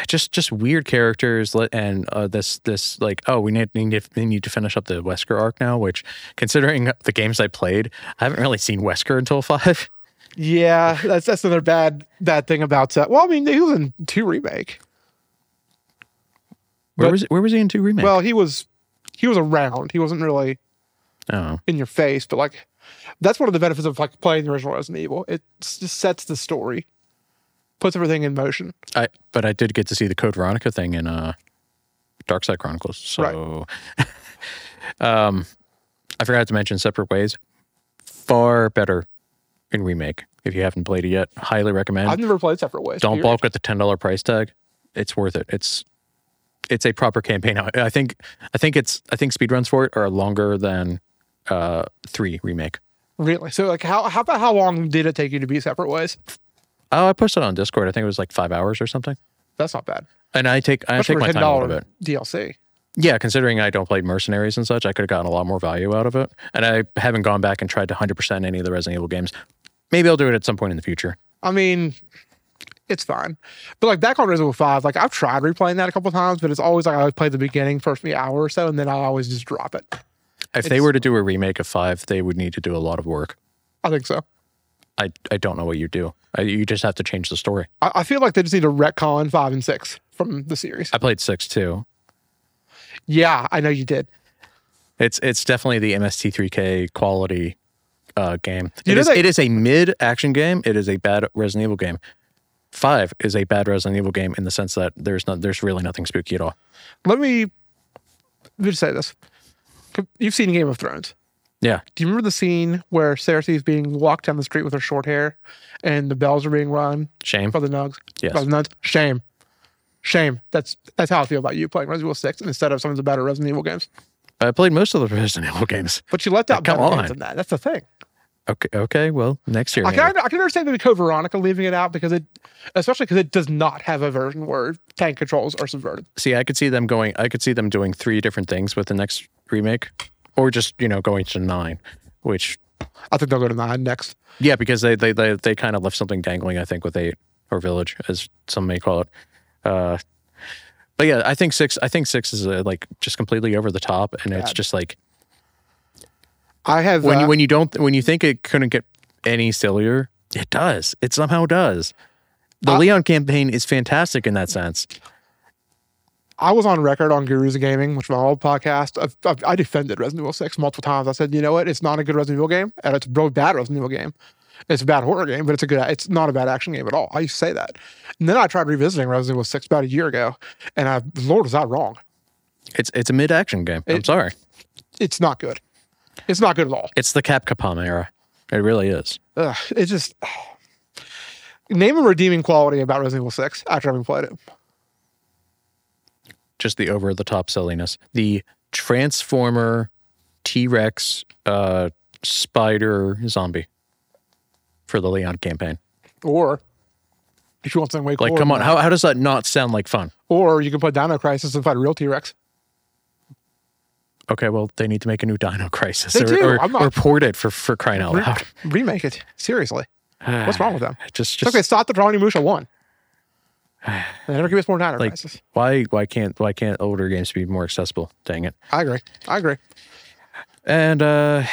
Speaker 2: just just weird characters, li- and uh, this this like, oh, we need need to, we need to finish up the Wesker arc now. Which, considering the games I played, I haven't really seen Wesker until five.
Speaker 1: Yeah, that's that's another bad bad thing about that. Well, I mean, he was in two remake.
Speaker 2: Where
Speaker 1: But-
Speaker 2: was where was he in two remake?
Speaker 1: Well, he was he was around. He wasn't really
Speaker 2: oh,
Speaker 1: in your face, but like that's one of the benefits of like playing the original Resident Evil. It s- just sets the story, puts everything in motion.
Speaker 2: I but I did get to see the Code Veronica thing in uh Dark Side Chronicles. So um I forgot to mention Separate Ways. Far better in remake. If you haven't played it yet, highly recommend.
Speaker 1: I've never played Separate Ways.
Speaker 2: Don't
Speaker 1: You're-
Speaker 2: balk at the ten dollar price tag. It's worth it. It's it's a proper campaign. I I think I think it's I think speedruns for it are longer than uh three remake.
Speaker 1: Really? So like, how how about how long did it take you to beat Separate Ways?
Speaker 2: Oh, I posted on Discord. I think it was like five hours or something.
Speaker 1: That's not bad.
Speaker 2: And I take I
Speaker 1: Especially
Speaker 2: take
Speaker 1: for
Speaker 2: my
Speaker 1: a
Speaker 2: time a little bit.
Speaker 1: DLC.
Speaker 2: Yeah, considering I don't play mercenaries and such, I could have gotten a lot more value out of it. And I haven't gone back and tried to 100% any of the Resident Evil games. Maybe I'll do it at some point in the future.
Speaker 1: I mean, it's fine. But like back on Resident Evil 5, like I've tried replaying that a couple times, but it's always like I always play the beginning first maybe hour or so, and then I always just drop it.
Speaker 2: If they
Speaker 1: It's-
Speaker 2: were to do a remake of 5, they would need to do a lot of work.
Speaker 1: I think so.
Speaker 2: I, I don't know what you do. I, you just have to change the story.
Speaker 1: I, I feel like they just need to retcon five and six from the series.
Speaker 2: I played 6 too.
Speaker 1: Yeah, I know you did.
Speaker 2: It's it's definitely the MST3K quality uh, game.
Speaker 1: You
Speaker 2: It
Speaker 1: know
Speaker 2: is,
Speaker 1: that-
Speaker 2: it is a mid action game. It is a bad Resident Evil game. Five is a bad Resident Evil game in the sense that there's not there's really nothing spooky at all.
Speaker 1: Let me, let me just say this. You've seen Game of Thrones.
Speaker 2: Yeah,
Speaker 1: Do you remember the scene where Cersei is being walked down the street with her short hair and the bells are being rung
Speaker 2: shame.
Speaker 1: by the nugs?
Speaker 2: Yes.
Speaker 1: By the nuns? Shame. Shame. That's that's how I feel about you playing Resident Evil 6 instead of some of the better Resident Evil games.
Speaker 2: I played most of the Resident Evil games.
Speaker 1: But you left out
Speaker 2: Come
Speaker 1: better
Speaker 2: on.
Speaker 1: games than that. That's the thing.
Speaker 2: Okay, okay. Well, next year.
Speaker 1: I
Speaker 2: maybe.
Speaker 1: can, I can understand the Code Veronica leaving it out because it, especially because it does not have a version where tank controls are subverted.
Speaker 2: See, I could see them going. I could see them doing three different things with the next remake, or just you know going to nine, which
Speaker 1: I think they'll go to nine next.
Speaker 2: Yeah, because they they they, they kind of left something dangling, I think, with eight or village, as some may call it. Uh, but yeah, I think six. I think six is uh like just completely over the top, and it's
Speaker 1: God.
Speaker 2: just like
Speaker 1: I have.
Speaker 2: when
Speaker 1: uh,
Speaker 2: you when you don't when you think it couldn't get any sillier, it does. It somehow does. The
Speaker 1: I-
Speaker 2: Leon campaign is fantastic in that sense.
Speaker 1: I was on record on Gurus of Gaming, which is my old podcast. I've, I've, I defended Resident Evil 6 multiple times. I said, you know what? It's not a good Resident Evil game, and it's a really bad Resident Evil game. It's a bad horror game, but it's a good. It's not a bad action game at all. I used to say that, and then I tried revisiting Resident Evil 6 about a year ago, and I, Lord, was I wrong?
Speaker 2: It's it's a mid action game. I'm
Speaker 1: It-
Speaker 2: sorry,
Speaker 1: It's not good. It's not good at all.
Speaker 2: it's the Capcom era. It really is.
Speaker 1: Ugh, it just name a redeeming quality about Resident Evil Six after having played it.
Speaker 2: just the over the top silliness. The Transformer T Rex uh, spider zombie for the Leon campaign.
Speaker 1: Or if you want something way cooler,
Speaker 2: Like, come on, how, how does that not sound like fun?
Speaker 1: Or you can play Dino Crisis and fight a real T Rex.
Speaker 2: Okay, well, they need to make a new Dino Crisis
Speaker 1: They
Speaker 2: or,
Speaker 1: do,
Speaker 2: or,
Speaker 1: I'm not-
Speaker 2: or port it for, for crying out loud.
Speaker 1: Remake it seriously. What's wrong with them?
Speaker 2: Just,
Speaker 1: It's
Speaker 2: just
Speaker 1: okay, stop the Drawing Musha one. They never give us more Dino
Speaker 2: Like-
Speaker 1: Crisis.
Speaker 2: why why can't why can't older games be more accessible? Dang it!
Speaker 1: I agree. I agree.
Speaker 2: And uh,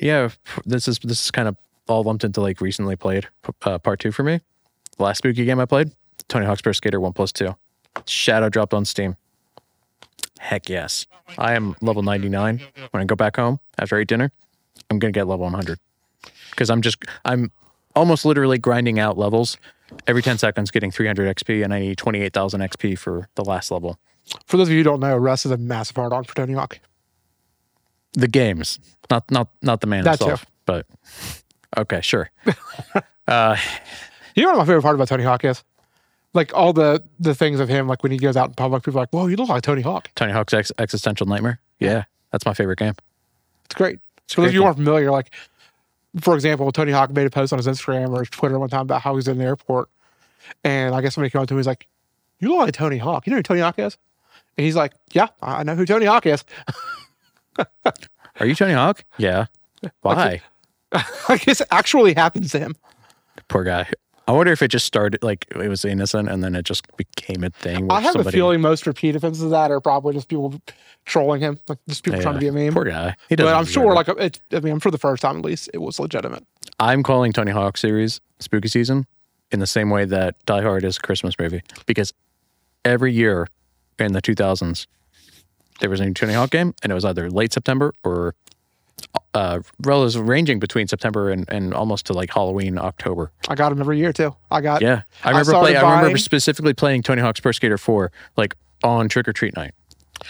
Speaker 2: yeah, this is this is kind of all lumped into like recently played uh, part two for me. The last spooky game I played, Tony Hawk's Pro Skater One Plus Two, Shadow dropped on Steam. Heck yes, I am level ninety nine. When I go back home after I eat dinner, I'm gonna get level one hundred because I'm just I'm almost literally grinding out levels every ten seconds, getting three hundred XP, and I need twenty eight thousand XP for the last level.
Speaker 1: For those of you who don't know, Russ is a massive hard on for Tony Hawk.
Speaker 2: the games, not not not the man
Speaker 1: That too.
Speaker 2: himself. But okay, sure.
Speaker 1: You know what my favorite part about Tony Hawk is? Like all the the things of him, like when he goes out in public, people are like, Whoa, you look like Tony Hawk.
Speaker 2: Tony Hawk's ex- existential nightmare. Yeah, that's my favorite game.
Speaker 1: It's great. For those
Speaker 2: great
Speaker 1: of you who aren't familiar, like for example, Tony Hawk made a post on his Instagram or his Twitter one time about how he was in the airport, and I guess somebody came up to him. He's like, "You look like Tony Hawk. You know who Tony Hawk is?" And he's like, "Yeah, I I know who Tony Hawk is."
Speaker 2: Are you Tony Hawk? Yeah. Why?
Speaker 1: like this actually happens to him.
Speaker 2: Poor guy. I wonder if it just started like it was innocent and then it just became a thing. Where
Speaker 1: I have
Speaker 2: somebody,
Speaker 1: a feeling most repeat offenses of that are probably just people trolling him, like just people trying to be a meme.
Speaker 2: Poor guy. He doesn't.
Speaker 1: But I'm
Speaker 2: deserve
Speaker 1: sure,
Speaker 2: it.
Speaker 1: like, it, I mean, I'm sure the first time at least it was legitimate.
Speaker 2: I'm calling Tony Hawk series Spooky Season in the same way that Die Hard is a Christmas movie because every year in the 2000s there was a new Tony Hawk game and it was either late September or uh well, it was ranging between September and, and almost to like Halloween October.
Speaker 1: I got him every year too. I got
Speaker 2: Yeah. I
Speaker 1: I
Speaker 2: remember
Speaker 1: started
Speaker 2: play, I remember
Speaker 1: buying-
Speaker 2: specifically playing Tony Hawk's Pro Skater 4 like on trick or treat night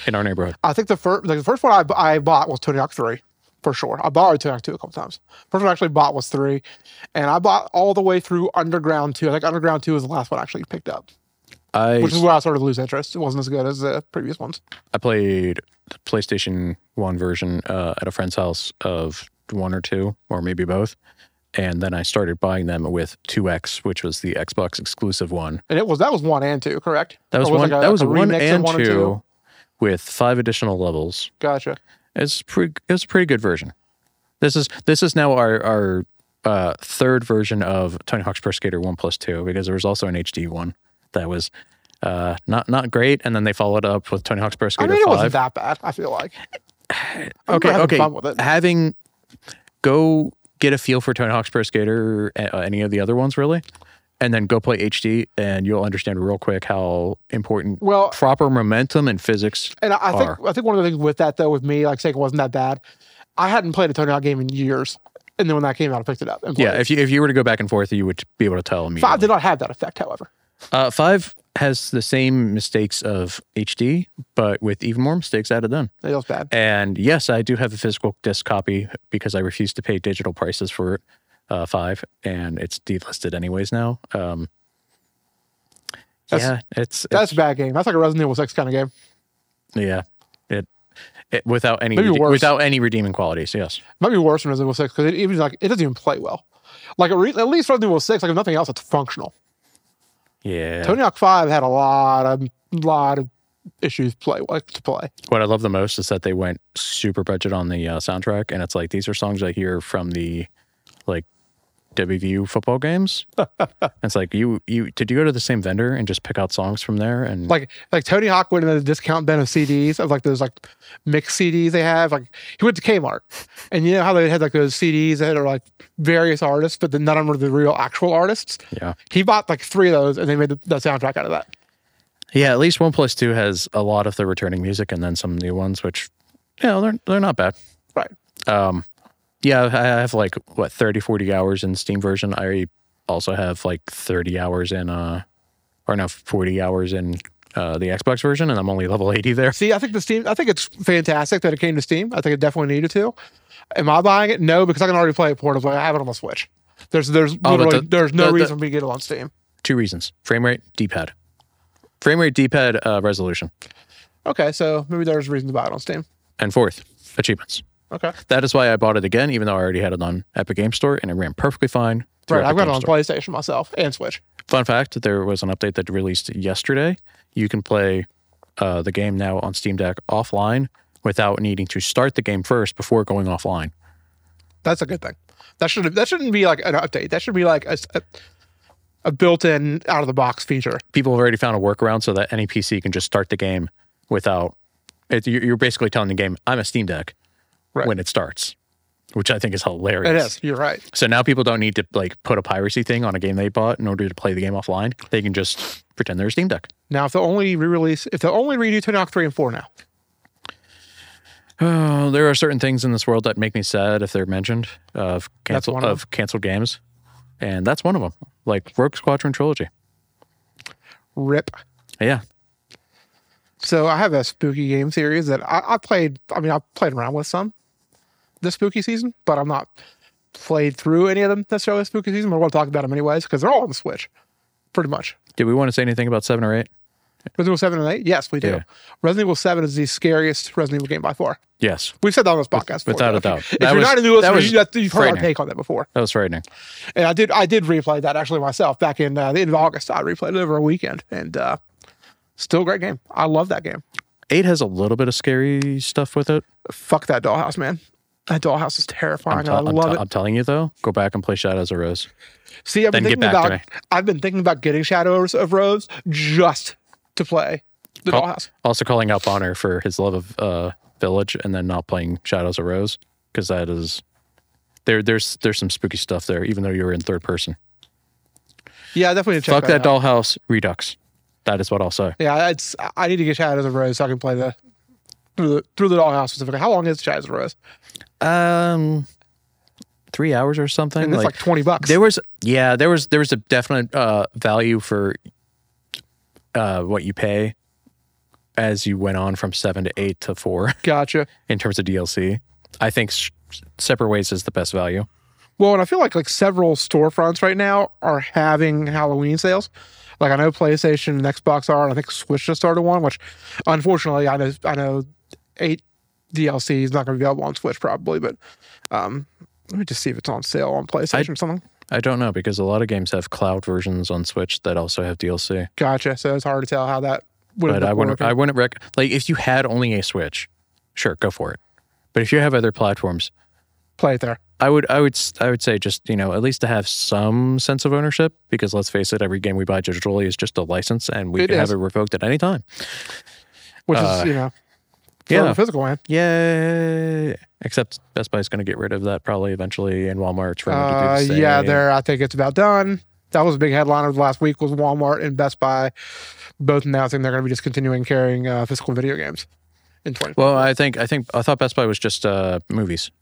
Speaker 2: in our neighborhood.
Speaker 1: I think the first the first one I, bu- I bought was Tony Hawk three for sure. I borrowed Tony Hawk two a couple times. First one I actually bought was three, and I bought all the way through Underground two. I think Underground two was the last one I actually picked up,
Speaker 2: I
Speaker 1: which is where I started to lose interest. It wasn't as good as the previous ones.
Speaker 2: I played the PlayStation One version uh, at a friend's house of one or two, or maybe both, and then I started buying them with Two X, which was the Xbox exclusive one.
Speaker 1: And it was that was one and two, correct?
Speaker 2: That was,
Speaker 1: Or
Speaker 2: one.
Speaker 1: like a-
Speaker 2: that was
Speaker 1: like a
Speaker 2: one
Speaker 1: remix of
Speaker 2: and
Speaker 1: or
Speaker 2: two, with five additional levels.
Speaker 1: Gotcha.
Speaker 2: It's pretty. It's a pretty good version. This is this is now our our uh, third version of Tony Hawk's Pro Skater One Plus Two because there was also an HD one that was. Uh, not not great, and then they followed up with Tony Hawk's Pro
Speaker 1: I
Speaker 2: Skater
Speaker 1: mean, it
Speaker 2: Five.
Speaker 1: wasn't that bad. I feel like I remember
Speaker 2: okay,
Speaker 1: having
Speaker 2: okay.
Speaker 1: fun with it.
Speaker 2: Having go get a feel for Tony Hawk's Pro Skater, or a- uh, any of the other ones really, and then go play HD, and you'll understand real quick how important
Speaker 1: Well,
Speaker 2: proper momentum and physics.
Speaker 1: and I, I think
Speaker 2: Are.
Speaker 1: I think one of the things with that though, with me, like Sega wasn't that bad. I hadn't played a toenail game in years, and then when that came out, I picked it up. And played
Speaker 2: Yeah,
Speaker 1: it.
Speaker 2: if you if you were to go back and forth, you would be able to tell immediately.
Speaker 1: five did not have that effect, however.
Speaker 2: Uh, five has the same mistakes of HD, but with even more mistakes added in.
Speaker 1: It was bad.
Speaker 2: And yes, I do have a physical disc copy because I refuse to pay digital prices for it. Uh, five, and it's delisted anyways now. Um,
Speaker 1: That's-
Speaker 2: yeah, it's,
Speaker 1: That's a bad game. That's like a Resident Evil Six kind of game.
Speaker 2: it's- yeah, it, it without any
Speaker 1: Maybe
Speaker 2: rede-
Speaker 1: worse.
Speaker 2: without any redeeming qualities. Yes,
Speaker 1: Might be worse than Resident Evil Six because it even like it doesn't even play well. Like at, re- at least Resident Evil Six, like if nothing else, it's functional.
Speaker 2: yeah.
Speaker 1: Tony Hawk Five had a lot of lot of issues play like to play.
Speaker 2: what I love the most is that they went super budget on the uh, soundtrack, and it's like these are songs I hear from the like WVU football games. And it's like you you did you go to the same vendor and just pick out songs from there and
Speaker 1: Like like Tony Hawk went into the discount bin of CDs of like those like mixed CDs they have. Like he went to Kmart, and you know how they had like those CDs that are like various artists, but then none of them were the real actual artists.
Speaker 2: yeah
Speaker 1: He bought like three of those, and they made the, the soundtrack out of that.
Speaker 2: yeah at least one plus two has a lot of the returning music and then some new ones which you know they're they're not bad
Speaker 1: Right.
Speaker 2: um yeah I I have like what 30 40 hours in Steam version I also have like 30 hours in uh or no 40 hours in uh, the Xbox version and I'm only level 80 there
Speaker 1: See, I think the Steam. I think it's fantastic that it came to Steam. I think it definitely needed to. Am I buying it? No, because I can already play it portably. I have it on the Switch. There's there's
Speaker 2: Oh, but
Speaker 1: literally
Speaker 2: the-
Speaker 1: there's no
Speaker 2: the- the-
Speaker 1: reason for me to get it on Steam.
Speaker 2: two reasons frame rate d pad frame rate d pad uh, resolution
Speaker 1: Okay, so maybe there's a reason to buy it on Steam.
Speaker 2: and fourth achievements
Speaker 1: Okay,
Speaker 2: that is why i bought it again even though i already had it on epic game store and it ran perfectly fine through
Speaker 1: right. I've
Speaker 2: Epic
Speaker 1: got it
Speaker 2: Game
Speaker 1: on
Speaker 2: Store.
Speaker 1: PlayStation myself and Switch.
Speaker 2: fun fact there was an update that released yesterday you can play uh, the game now on steam deck offline without needing to start the game first before going offline
Speaker 1: That's a good thing. That should that shouldn't be like an update. That should be like a, s- a- a built-in out of the box feature.
Speaker 2: people have already found a workaround so that any pc can just start the game without it, you- you're basically telling the game i'm a steam deck
Speaker 1: Right.
Speaker 2: when it starts which i think is hilarious
Speaker 1: It is. You're right.
Speaker 2: So now people don't need to like put a piracy thing on a game they bought in order to play the game offline. They can just pretend they're a Steam Deck.
Speaker 1: Now, if they only re-release, if they only redo Tony Hawk Three and Four now,
Speaker 2: Oh, there are certain things in this world that make me sad if they're mentioned of cancel
Speaker 1: one
Speaker 2: of,
Speaker 1: of
Speaker 2: canceled games, and that's one of them. Like Rogue Squadron trilogy.
Speaker 1: rip.
Speaker 2: Yeah,
Speaker 1: So I have a spooky game series that I, I played. I mean, I played around with some this spooky season, but I'm not played through any of them necessarily this spooky season. But I want to talk about them anyways because they're all on the Switch, pretty much.
Speaker 2: did we want to say anything about seven or eight?
Speaker 1: Resident Evil Seven and Eight, yes, we do.
Speaker 2: Yeah.
Speaker 1: Resident Evil Seven is the scariest Resident Evil game by far.
Speaker 2: Yes,
Speaker 1: We've said that on this podcast before,
Speaker 2: without a
Speaker 1: though.
Speaker 2: doubt.
Speaker 1: If
Speaker 2: That
Speaker 1: you're
Speaker 2: was-
Speaker 1: not a new
Speaker 2: that
Speaker 1: listener,
Speaker 2: was
Speaker 1: you, you've heard our
Speaker 2: frightening.
Speaker 1: take on that before,
Speaker 2: that was frightening.
Speaker 1: and I did. I did replay that actually myself back in uh, the end of August. I replayed it over a weekend, and uh, still a great game. I love that game.
Speaker 2: Eight has a little bit of scary stuff with it.
Speaker 1: fuck that dollhouse, man. That dollhouse is terrifying. and I
Speaker 2: I'm t-
Speaker 1: love it.
Speaker 2: I'm telling you though, go back and play Shadows of Rose.
Speaker 1: See, I've been
Speaker 2: Then get
Speaker 1: thinking
Speaker 2: back to
Speaker 1: about I've been thinking about getting Shadows of Rose just to play the
Speaker 2: Call-
Speaker 1: dollhouse.
Speaker 2: Also calling out Bonner for his love of uh, Village and then not playing Shadows of Rose because that is there. There's there's some spooky stuff there, even though you were in third person.
Speaker 1: Yeah, I definitely need to check
Speaker 2: Fuck that
Speaker 1: out.
Speaker 2: dollhouse Redux. That is what I'll say.
Speaker 1: Yeah, it's I need to get Shadows of Rose so I can play the through the through the dollhouse specifically. How long is Shadows of Rose?
Speaker 2: Um, three hours or something.
Speaker 1: And it's like twenty bucks.
Speaker 2: there was yeah there was there was a definite uh, value for uh, what you pay as you went on from seven to eight to four
Speaker 1: gotcha.
Speaker 2: in terms of DLC. I think s- separate ways is the best value.
Speaker 1: Well, and I feel like like several storefronts right now are having Halloween sales. Like I know PlayStation and Xbox are, and I think Switch just started one. Which, unfortunately, I know I know eight DLC is not going to be available on Switch probably, but um, let me just see if it's on sale on PlayStation or something.
Speaker 2: I don't know because a lot of games have cloud versions on Switch that also have DLC.
Speaker 1: Gotcha. So it's hard to tell how that would
Speaker 2: But I
Speaker 1: have
Speaker 2: wouldn't.
Speaker 1: working.
Speaker 2: I wouldn't rec. Like if you had only a Switch, sure, go for it. But if you have other platforms,
Speaker 1: play it there.
Speaker 2: I would. I would. s- I would say just you know at least to have some sense of ownership because let's face it, every game we buy digitally is just a license and we
Speaker 1: It
Speaker 2: can
Speaker 1: is.
Speaker 2: have it revoked at any time.
Speaker 1: Which
Speaker 2: Uh,
Speaker 1: is you know,
Speaker 2: yeah.
Speaker 1: yeah, the physical man.
Speaker 2: Yay! Except Best Buy's going to get rid of that probably eventually, and Walmart's running to do
Speaker 1: Uh,
Speaker 2: the same.
Speaker 1: yeah, there. I think it's about done. that was a big headliner last week was Walmart and Best Buy both announcing they're going to be discontinuing carrying uh, physical video games in 20.
Speaker 2: Well, I think I think I thought Best Buy was just uh, movies.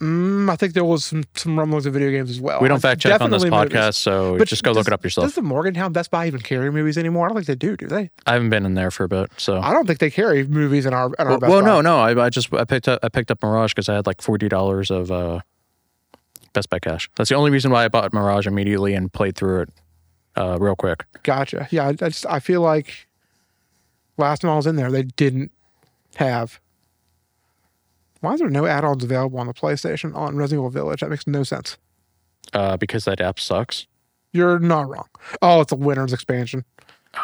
Speaker 1: Mm, I think there was some, some rumblings of video games as well.
Speaker 2: We don't fact check on this
Speaker 1: Uh, Definitely movies.
Speaker 2: podcast, so just go
Speaker 1: does-
Speaker 2: look it up yourself.
Speaker 1: Does the Morgantown Best Buy even carry movies anymore? I don't think they do. Do they?
Speaker 2: I haven't been in there for a bit, so.
Speaker 1: I don't think they carry movies in our in our
Speaker 2: Well,
Speaker 1: Best
Speaker 2: well,
Speaker 1: Buy.
Speaker 2: no, no. I, I just I picked up I picked up Mirage because I had like forty dollars of uh, Best Buy cash. That's the only reason why I bought Mirage immediately and played through it uh, real quick.
Speaker 1: Gotcha. Yeah, I, I just I feel like last time I was in there, they didn't have. Why is there no add-ons available on the PlayStation on Resident Evil Village? That makes no sense.
Speaker 2: uh, because that app sucks.
Speaker 1: You're not wrong. Oh, it's a winner's expansion,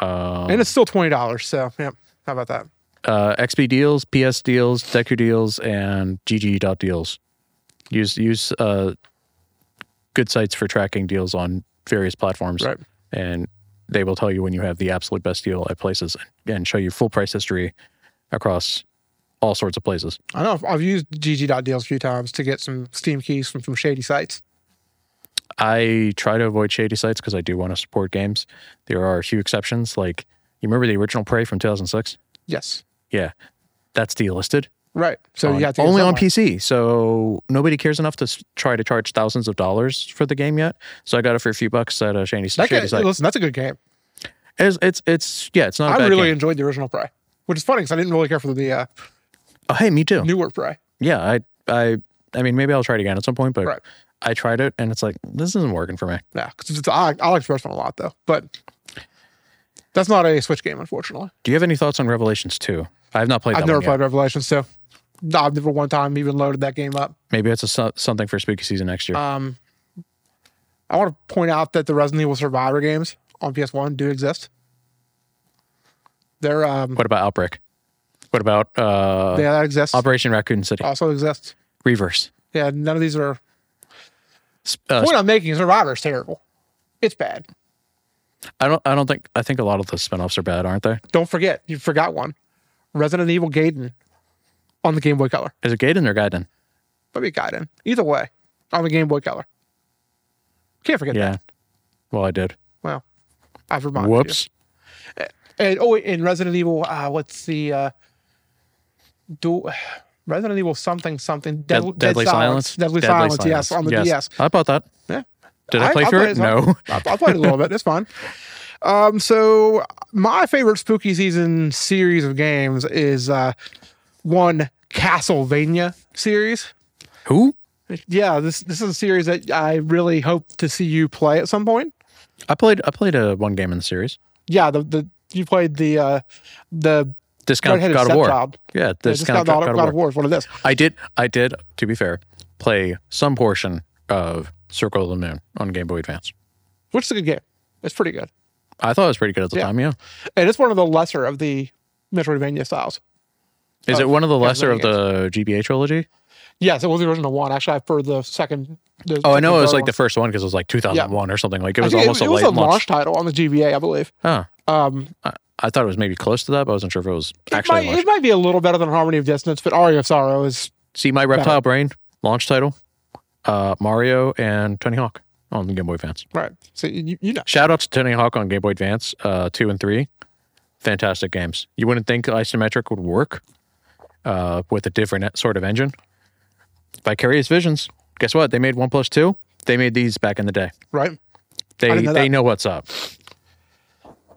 Speaker 2: Um,
Speaker 1: and it's still twenty dollars. So, yep. How about that?
Speaker 2: uh, XP deals, PS deals, Deku deals, and GG deals. Use use uh, good sites for tracking deals on various platforms,
Speaker 1: Right.
Speaker 2: and they will tell you when you have the absolute best deal at places and show you full price history across all sorts of places.
Speaker 1: I know I've used GG.deals a few times to get some Steam keys from some shady sites.
Speaker 2: I try to avoid shady sites because I do want to support games. There are a few exceptions, like you remember the original Prey from 2006.
Speaker 1: Yes.
Speaker 2: Yeah, that's delisted.
Speaker 1: Right. So
Speaker 2: on-
Speaker 1: you have to get
Speaker 2: only on
Speaker 1: somewhere.
Speaker 2: PC. So nobody cares enough to s- try to charge thousands of dollars for the game yet. So I got it for a few bucks at a Shady
Speaker 1: That
Speaker 2: Shady
Speaker 1: game,
Speaker 2: site.
Speaker 1: listen, that's a good game.
Speaker 2: It's, it's it's yeah, it's not. a
Speaker 1: I
Speaker 2: bad
Speaker 1: really
Speaker 2: game.
Speaker 1: enjoyed the original Prey, which is funny because I didn't really care for the uh,
Speaker 2: Oh, hey, me too.
Speaker 1: newer Prey.
Speaker 2: Yeah, I I I mean maybe I'll try it again at some point, but
Speaker 1: Right.
Speaker 2: I tried it and it's like this isn't working for me.
Speaker 1: Yeah, because I, I like the first one a lot though, but that's not a Switch game, unfortunately.
Speaker 2: Do you have any thoughts on Revelations two? I have not played.
Speaker 1: I've
Speaker 2: that
Speaker 1: never
Speaker 2: one yet.
Speaker 1: played Revelations, so no, I've never one time even loaded that game up.
Speaker 2: Maybe it's a so- something for spooky season next year.
Speaker 1: Um, I want to point out that the Resident Evil Survivor games on PS1 do exist. They're um,
Speaker 2: what about Outbreak? What about uh,
Speaker 1: yeah, that exists.
Speaker 2: Operation Raccoon City?
Speaker 1: Also exists.
Speaker 2: Reverse.
Speaker 1: Yeah, none of these are.
Speaker 2: S- Uh,
Speaker 1: Point I'm making is Survivor is terrible. It's bad.
Speaker 2: I don't. I don't think. I think a lot of the spinoffs are bad, aren't they?
Speaker 1: Don't forget, you forgot one. Resident Evil Gaiden on the Game Boy Color.
Speaker 2: Is it Gaiden or Gaiden?
Speaker 1: Maybe Gaiden. Either way, on the Game Boy Color. Can't forget
Speaker 2: Yeah.
Speaker 1: that.
Speaker 2: Well, I did.
Speaker 1: Well, I've reminded you.
Speaker 2: Whoops.
Speaker 1: And oh, in Resident Evil, uh, what's the uh, do Resident Evil something something
Speaker 2: Dead-
Speaker 1: Dead-
Speaker 2: Deadly, Silence.
Speaker 1: Deadly, Silence, Yes, on the DS.
Speaker 2: I bought that.
Speaker 1: Yeah.
Speaker 2: Did I, play through
Speaker 1: played
Speaker 2: it?
Speaker 1: some.
Speaker 2: No.
Speaker 1: I, I played a little bit. It's fun. Um, so my favorite spooky season series of games is uh, one Castlevania series.
Speaker 2: Who?
Speaker 1: Yeah, this this is a series that I really hope to see you play at some point.
Speaker 2: I played. I played a one game in the series.
Speaker 1: Yeah, the the you played the uh, the
Speaker 2: Discount
Speaker 1: Red-Headed
Speaker 2: God of War.
Speaker 1: Stepchild.
Speaker 2: Yeah,
Speaker 1: this
Speaker 2: Discount
Speaker 1: God, of-
Speaker 2: God, of War.
Speaker 1: War is one of this.
Speaker 2: I did. I did. To be fair, play some portion of Circle of the Moon on Game Boy Advance.
Speaker 1: which is a good game. It's pretty good,
Speaker 2: I thought it was pretty good at the
Speaker 1: Yeah.
Speaker 2: time. Yeah.
Speaker 1: and it's one of the lesser of the Metroidvania styles.
Speaker 2: Is it
Speaker 1: Of
Speaker 2: one of the lesser of
Speaker 1: Castlevania
Speaker 2: the GBA trilogy?
Speaker 1: Yes, it was the original one. Actually, I for the second. The
Speaker 2: Oh, I know it was
Speaker 1: third
Speaker 2: like
Speaker 1: one.
Speaker 2: the first one because it was like 2001 or something. Like it
Speaker 1: I
Speaker 2: was
Speaker 1: think
Speaker 2: almost
Speaker 1: it,
Speaker 2: a
Speaker 1: it was
Speaker 2: late
Speaker 1: a
Speaker 2: launch.
Speaker 1: launch title on the GBA, I believe.
Speaker 2: Huh.
Speaker 1: Um,
Speaker 2: I, I thought it was maybe close to that, but I wasn't sure if it was
Speaker 1: it
Speaker 2: actually. a
Speaker 1: might,
Speaker 2: launch.
Speaker 1: it might be a little better than Harmony of Dissonance, but Aria of Sorrow is
Speaker 2: See my reptile brain launch title, uh, Mario and Tony Hawk on the Game Boy Advance.
Speaker 1: right. So you, you know,
Speaker 2: Shout out to Tony Hawk on Game Boy Advance uh, two and three, fantastic games. You wouldn't think isometric would work uh, with a different sort of engine. Vicarious Visions. Guess what? They made one plus two. They made these back in the day.
Speaker 1: right?
Speaker 2: They
Speaker 1: didn't know
Speaker 2: they
Speaker 1: that.
Speaker 2: know what's up.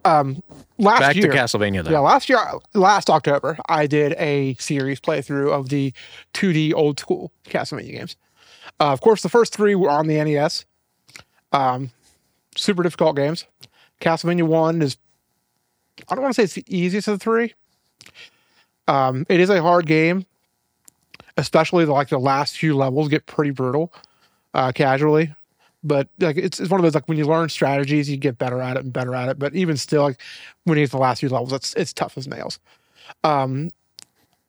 Speaker 1: Last
Speaker 2: Back
Speaker 1: year,
Speaker 2: to Castlevania though.
Speaker 1: yeah, last year, last October, I did a series playthrough of the 2D old school Castlevania games. Uh, of course, the first three were on the NES. Um, super difficult games. Castlevania One is, I don't want to say it's the easiest of the three. Um, it is a hard game, especially the, like the last few levels get pretty brutal, uh, casually. But like it's, it's one of those like when you learn strategies, you get better at it and better at it. But even still, like when you get to the last few levels, it's it's tough as nails. Um,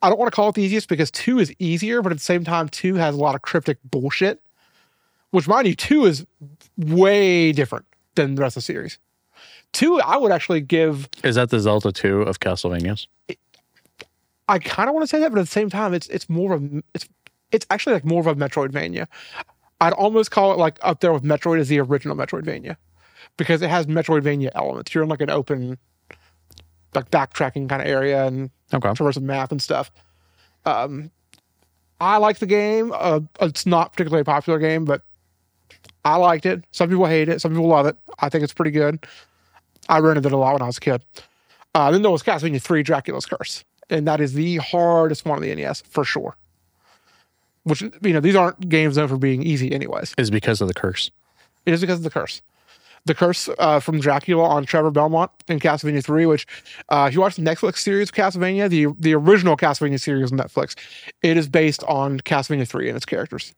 Speaker 1: I don't want to call it the easiest because two is easier, but at the same time, two has a lot of cryptic bullshit. Which, mind you, two is way different than the rest of the series. Two, I would actually give
Speaker 2: Is that the Zelda two of Castlevanias?
Speaker 1: I kind of want to say that, but at the same time, it's it's more of a, it's it's actually like more of a Metroidvania. I'd almost call it like up there with Metroid as the original Metroidvania because it has Metroidvania elements. You're in like an open, like backtracking kind of area and
Speaker 2: Okay.
Speaker 1: traversing map and stuff. Um, I like the game. Uh, it's not particularly a popular game, but I liked it. Some people hate it. Some people love it. I think it's pretty good. I rented it a lot when I was a kid. Uh, then there was Castlevania 3 Dracula's Curse, and that is the hardest one on the NES for sure. Which, you know, these aren't games known for being easy, anyways.
Speaker 2: Is because of the curse.
Speaker 1: It is because of the curse. The curse uh, from Dracula on Trevor Belmont in Castlevania 3, which, uh, if you watch the Netflix series of Castlevania, the, the original Castlevania series on Netflix, it is based on Castlevania 3 and its characters.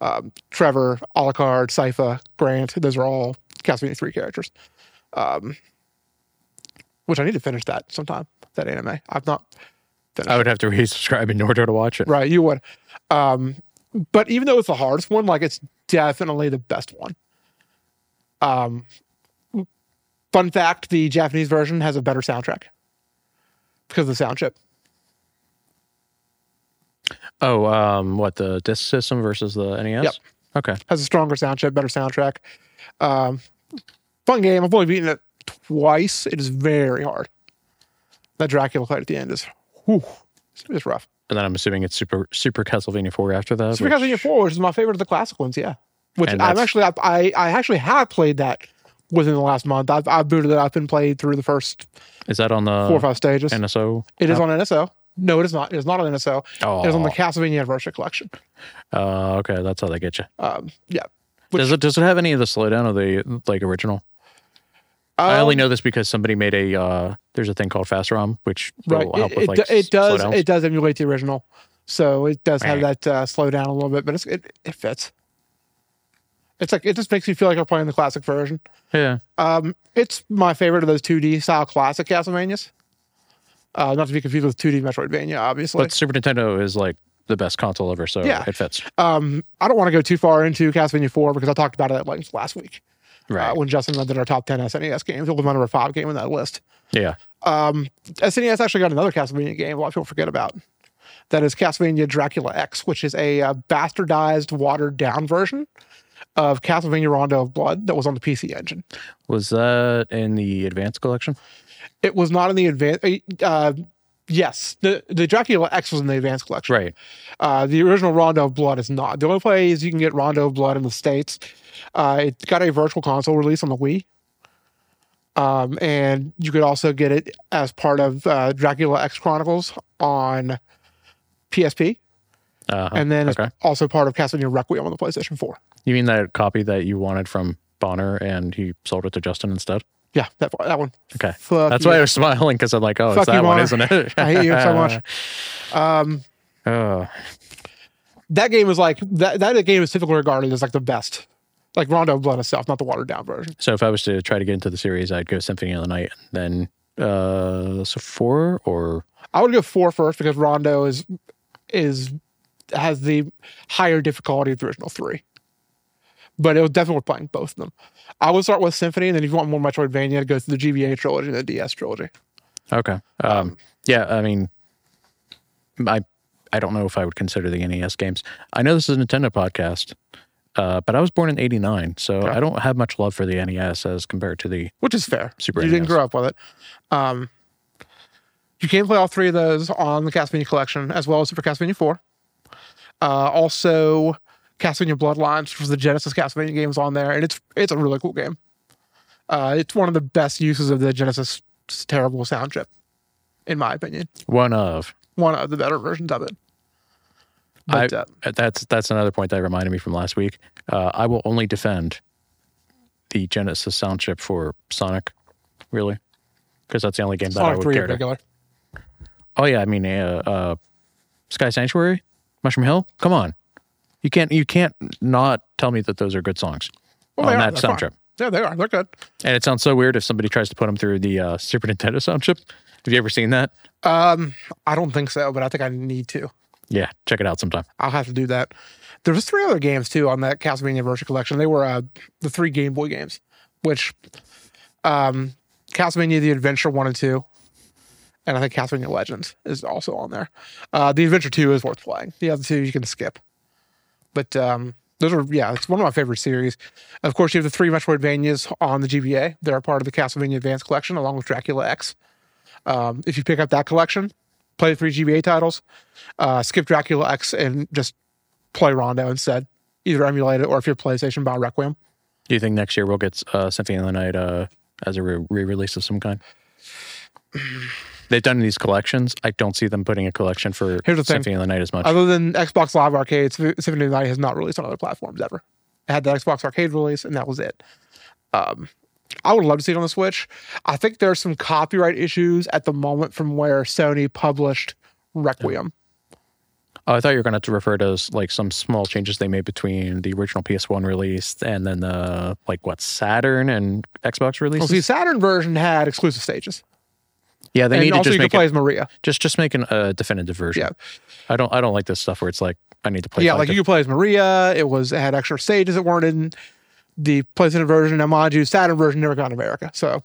Speaker 1: Um, Trevor, Alucard, Sypha, Grant, those are all Castlevania 3 characters. Um, which I need to finish that sometime, that anime. I've not
Speaker 2: I would have to resubscribe in order to watch it.
Speaker 1: Right, you would. Um, but even though it's the hardest one, like it's definitely the best one. Um, fun fact: the Japanese version has a better soundtrack because of the sound chip.
Speaker 2: Oh, um, what the disc system versus the NES?
Speaker 1: Yep.
Speaker 2: Okay.
Speaker 1: Has a stronger sound chip, better soundtrack. Um, fun game. I've only beaten it twice. It is very hard. That Dracula fight at the end is, whew, it's rough.
Speaker 2: And then I'm assuming it's Super Super Castlevania 4 after that.
Speaker 1: Super
Speaker 2: which-
Speaker 1: Castlevania Four, which is my favorite of the classic ones, yeah. Which
Speaker 2: And
Speaker 1: I'm
Speaker 2: that's-
Speaker 1: actually I, I I actually have played that within the last month. I've I've booted it up and played through the first
Speaker 2: Is that on the
Speaker 1: four or five stages.
Speaker 2: NSO?
Speaker 1: it is on NSO. No, it is not. It is not on NSO.
Speaker 2: Oh,
Speaker 1: It is on the Castlevania Anniversary Collection.
Speaker 2: uh, okay. That's how they get you.
Speaker 1: Um, yeah. Which-
Speaker 2: Does it does it have any of the slowdown of the like original? I only
Speaker 1: Um,
Speaker 2: know this because somebody made a uh, there's a thing called Fast ROM, which
Speaker 1: right.
Speaker 2: will help
Speaker 1: It,
Speaker 2: with
Speaker 1: it,
Speaker 2: like
Speaker 1: do- it does
Speaker 2: slowdowns.
Speaker 1: it does emulate the original, so it does have
Speaker 2: Right.
Speaker 1: that uh, slow down a little bit, but it's, it it fits. It's like it just makes you feel like you're playing the classic version.
Speaker 2: yeah.
Speaker 1: Um, it's my favorite of those 2D style classic Castlevanias. Uh, not to be confused with 2D Metroidvania, obviously.
Speaker 2: But Super Nintendo is like the best console ever, so
Speaker 1: Yeah.
Speaker 2: it fits.
Speaker 1: um, I don't want to go too far into Castlevania 4 because I talked about it at length last week
Speaker 2: Right.
Speaker 1: uh, when Justin and I did our top 10 SNES E games. It was my number five game on that list.
Speaker 2: yeah.
Speaker 1: Um, SNES actually got another Castlevania game a lot of people forget about. That is Castlevania Dracula X, which is a uh, bastardized, watered down version of Castlevania Rondo of Blood that was on the PC Engine.
Speaker 2: Was that in the advanced collection?
Speaker 1: It was not in the advanced. Uh, yes, the the Dracula X was in the advanced collection.
Speaker 2: Right.
Speaker 1: Uh, the original Rondo of Blood is not. The only place you can get Rondo of Blood in the states, uh, it got a virtual console release on the Wii. Um, and you could also get it as part of uh, Dracula X Chronicles on PSP,
Speaker 2: Uh-huh.
Speaker 1: and then
Speaker 2: okay.
Speaker 1: it's also part of Castlevania Requiem on the PlayStation 4.
Speaker 2: You mean that copy that you wanted from Bonner and he sold it to Justin instead?
Speaker 1: Yeah, that that one.
Speaker 2: Okay.
Speaker 1: Fuck
Speaker 2: That's
Speaker 1: you.
Speaker 2: why I was smiling because I'm like, oh,
Speaker 1: Fuck
Speaker 2: it's
Speaker 1: you,
Speaker 2: that one,
Speaker 1: Bonner.
Speaker 2: isn't it?
Speaker 1: I hate you so much. Um,
Speaker 2: Oh,
Speaker 1: that game is like that. That game is typically regarded as like the best, like Rondo of Blood itself, not the watered down version.
Speaker 2: so if I was to try to get into the series, I'd go Symphony of the Night, then uh, so four or
Speaker 1: I would go four first because Rondo is is has the higher difficulty of the original three. But it was definitely worth playing both of them. I would start with Symphony, and then if you want more Metroidvania, go through the GBA trilogy and the DS trilogy.
Speaker 2: okay. Um, yeah, I mean, I I don't know if I would consider the NES games. I know this is a Nintendo podcast, uh, but I was born in '89, so I don't have much love for the NES as compared to the
Speaker 1: which is fair.
Speaker 2: Super E
Speaker 1: you didn't
Speaker 2: NES.
Speaker 1: grow up with it. Um, you can play all three of those on the Castlevania collection, as well as Super Castlevania Four. Uh, also, Castlevania Bloodlines, which was the Genesis Castlevania games on there, and it's it's a really cool game. Uh, it's one of the best uses of the Genesis terrible sound chip, in my opinion.
Speaker 2: one of.
Speaker 1: One of the better versions of it. But
Speaker 2: I-
Speaker 1: uh,
Speaker 2: that's that's another point that reminded me from last week. Uh, I will only defend the Genesis sound chip for Sonic, really, because that's the only game that I
Speaker 1: Sonic
Speaker 2: would
Speaker 1: Three
Speaker 2: care
Speaker 1: in
Speaker 2: to.
Speaker 1: particular,
Speaker 2: Oh yeah, I mean, uh, uh, Sky Sanctuary, Mushroom Hill. Come on, you can't you can't not tell me that those are good songs
Speaker 1: Well, they
Speaker 2: on
Speaker 1: are.
Speaker 2: that
Speaker 1: They're
Speaker 2: sound
Speaker 1: fine.
Speaker 2: chip.
Speaker 1: yeah, they are. They're good.
Speaker 2: And it sounds so weird if somebody tries to put them through the uh, Super Nintendo sound chip. Have you ever seen that?
Speaker 1: Um, I don't think so, but I think I need to.
Speaker 2: Yeah, check it out sometime.
Speaker 1: I'll have to do that. There was three other games too on that Castlevania Anniversary Collection. They were uh, the three Game Boy games, which um, Castlevania: The Adventure One and Two, and I think Castlevania Legends is also on there. Uh, the Adventure Two is worth playing. The other two you can skip, but um, Those are yeah, it's one of my favorite series. Of course, you have the three Metroidvanias on the GBA. They're a part of the Castlevania Advance collection, along with Dracula X. Um, if you pick up that collection, play the three GBA titles, uh, skip Dracula X, and just play Rondo instead. Either emulate it or if you're PlayStation, buy Requiem.
Speaker 2: Do you think next year we'll get uh, Symphony of the Night uh, as a re- re-release of some kind? They've done these collections. I don't see them putting a collection for
Speaker 1: Here's the thing.
Speaker 2: Symphony of the Night as much.
Speaker 1: Other than Xbox Live Arcade, Sy- Symphony of the Night has not released on other platforms ever. It had the Xbox Arcade release, and that was it. Um, I would love to see it on the Switch. I think there's some copyright issues at the moment from where Sony published Requiem.
Speaker 2: Oh, I thought you were going to refer to like some small changes they made between the original PS1 release and then the like what Saturn and Xbox
Speaker 1: Well,
Speaker 2: release.
Speaker 1: see, Saturn version had exclusive stages,
Speaker 2: yeah, they
Speaker 1: and
Speaker 2: need to
Speaker 1: also
Speaker 2: just
Speaker 1: you could
Speaker 2: make
Speaker 1: play
Speaker 2: it,
Speaker 1: as Maria.
Speaker 2: just just make an, a definitive version.
Speaker 1: Yeah.
Speaker 2: I don't I don't like this stuff where it's like I need to play.
Speaker 1: yeah, like you could play as Maria. It was it had extra stages that weren't in the PlayStation version. Now, mind you, Saturn version never got in America, so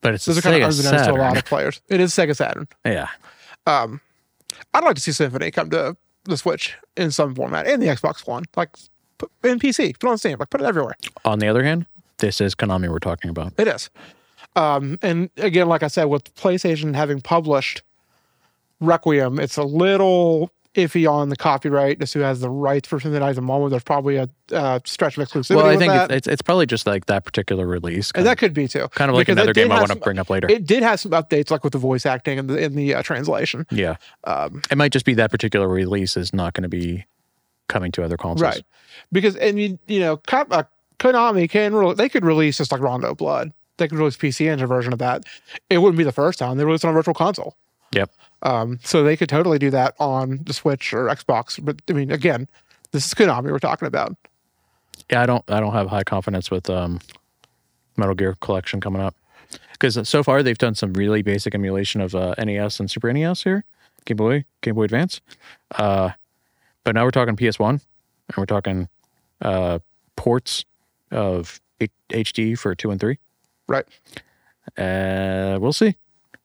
Speaker 2: but it's
Speaker 1: those
Speaker 2: a
Speaker 1: are kind
Speaker 2: Sega
Speaker 1: of unbeknownst to a
Speaker 2: Saturn.
Speaker 1: lot of players. It is Sega Saturn.
Speaker 2: Yeah,
Speaker 1: um, I'd like to see Symphony come to the Switch in some format and the Xbox One, like put in PC, put it on Steam, like put it everywhere.
Speaker 2: On the other hand, this is Konami we're talking about.
Speaker 1: It is. Um, and again, like I said, with PlayStation having published Requiem, it's a little iffy on the copyright as who has the rights for something at the moment. There's probably a uh, stretch of exclusivity.
Speaker 2: well, I
Speaker 1: with
Speaker 2: think
Speaker 1: that.
Speaker 2: it's, it's it's probably just like that particular release.
Speaker 1: and
Speaker 2: Kind,
Speaker 1: that could be too.
Speaker 2: of, kind of like
Speaker 1: because it
Speaker 2: another
Speaker 1: did
Speaker 2: game I
Speaker 1: have
Speaker 2: want to
Speaker 1: some-
Speaker 2: bring up later.
Speaker 1: It did have some updates, like with the voice acting and the, in the uh, translation.
Speaker 2: yeah,
Speaker 1: Um,
Speaker 2: it might just be that particular release is not going to be coming to other consoles.
Speaker 1: Right. Because and you you know, Ko- uh, Konami can re- they could release just like Rondo Blood. They could release PC Engine version of that. It wouldn't be the first time they released it on a Virtual Console.
Speaker 2: Yep.
Speaker 1: Um, so they could totally do that on the Switch or Xbox. But I mean, again, this is Konami we're talking about.
Speaker 2: Yeah, I don't I don't have high confidence with um, Metal Gear Collection coming up because so far they've done some really basic emulation of uh, NES and Super NES here, Game Boy, Game Boy Advance. Uh, but now we're talking PS One, and we're talking uh, ports of H- HD for two and three.
Speaker 1: Right.
Speaker 2: Uh, we'll see.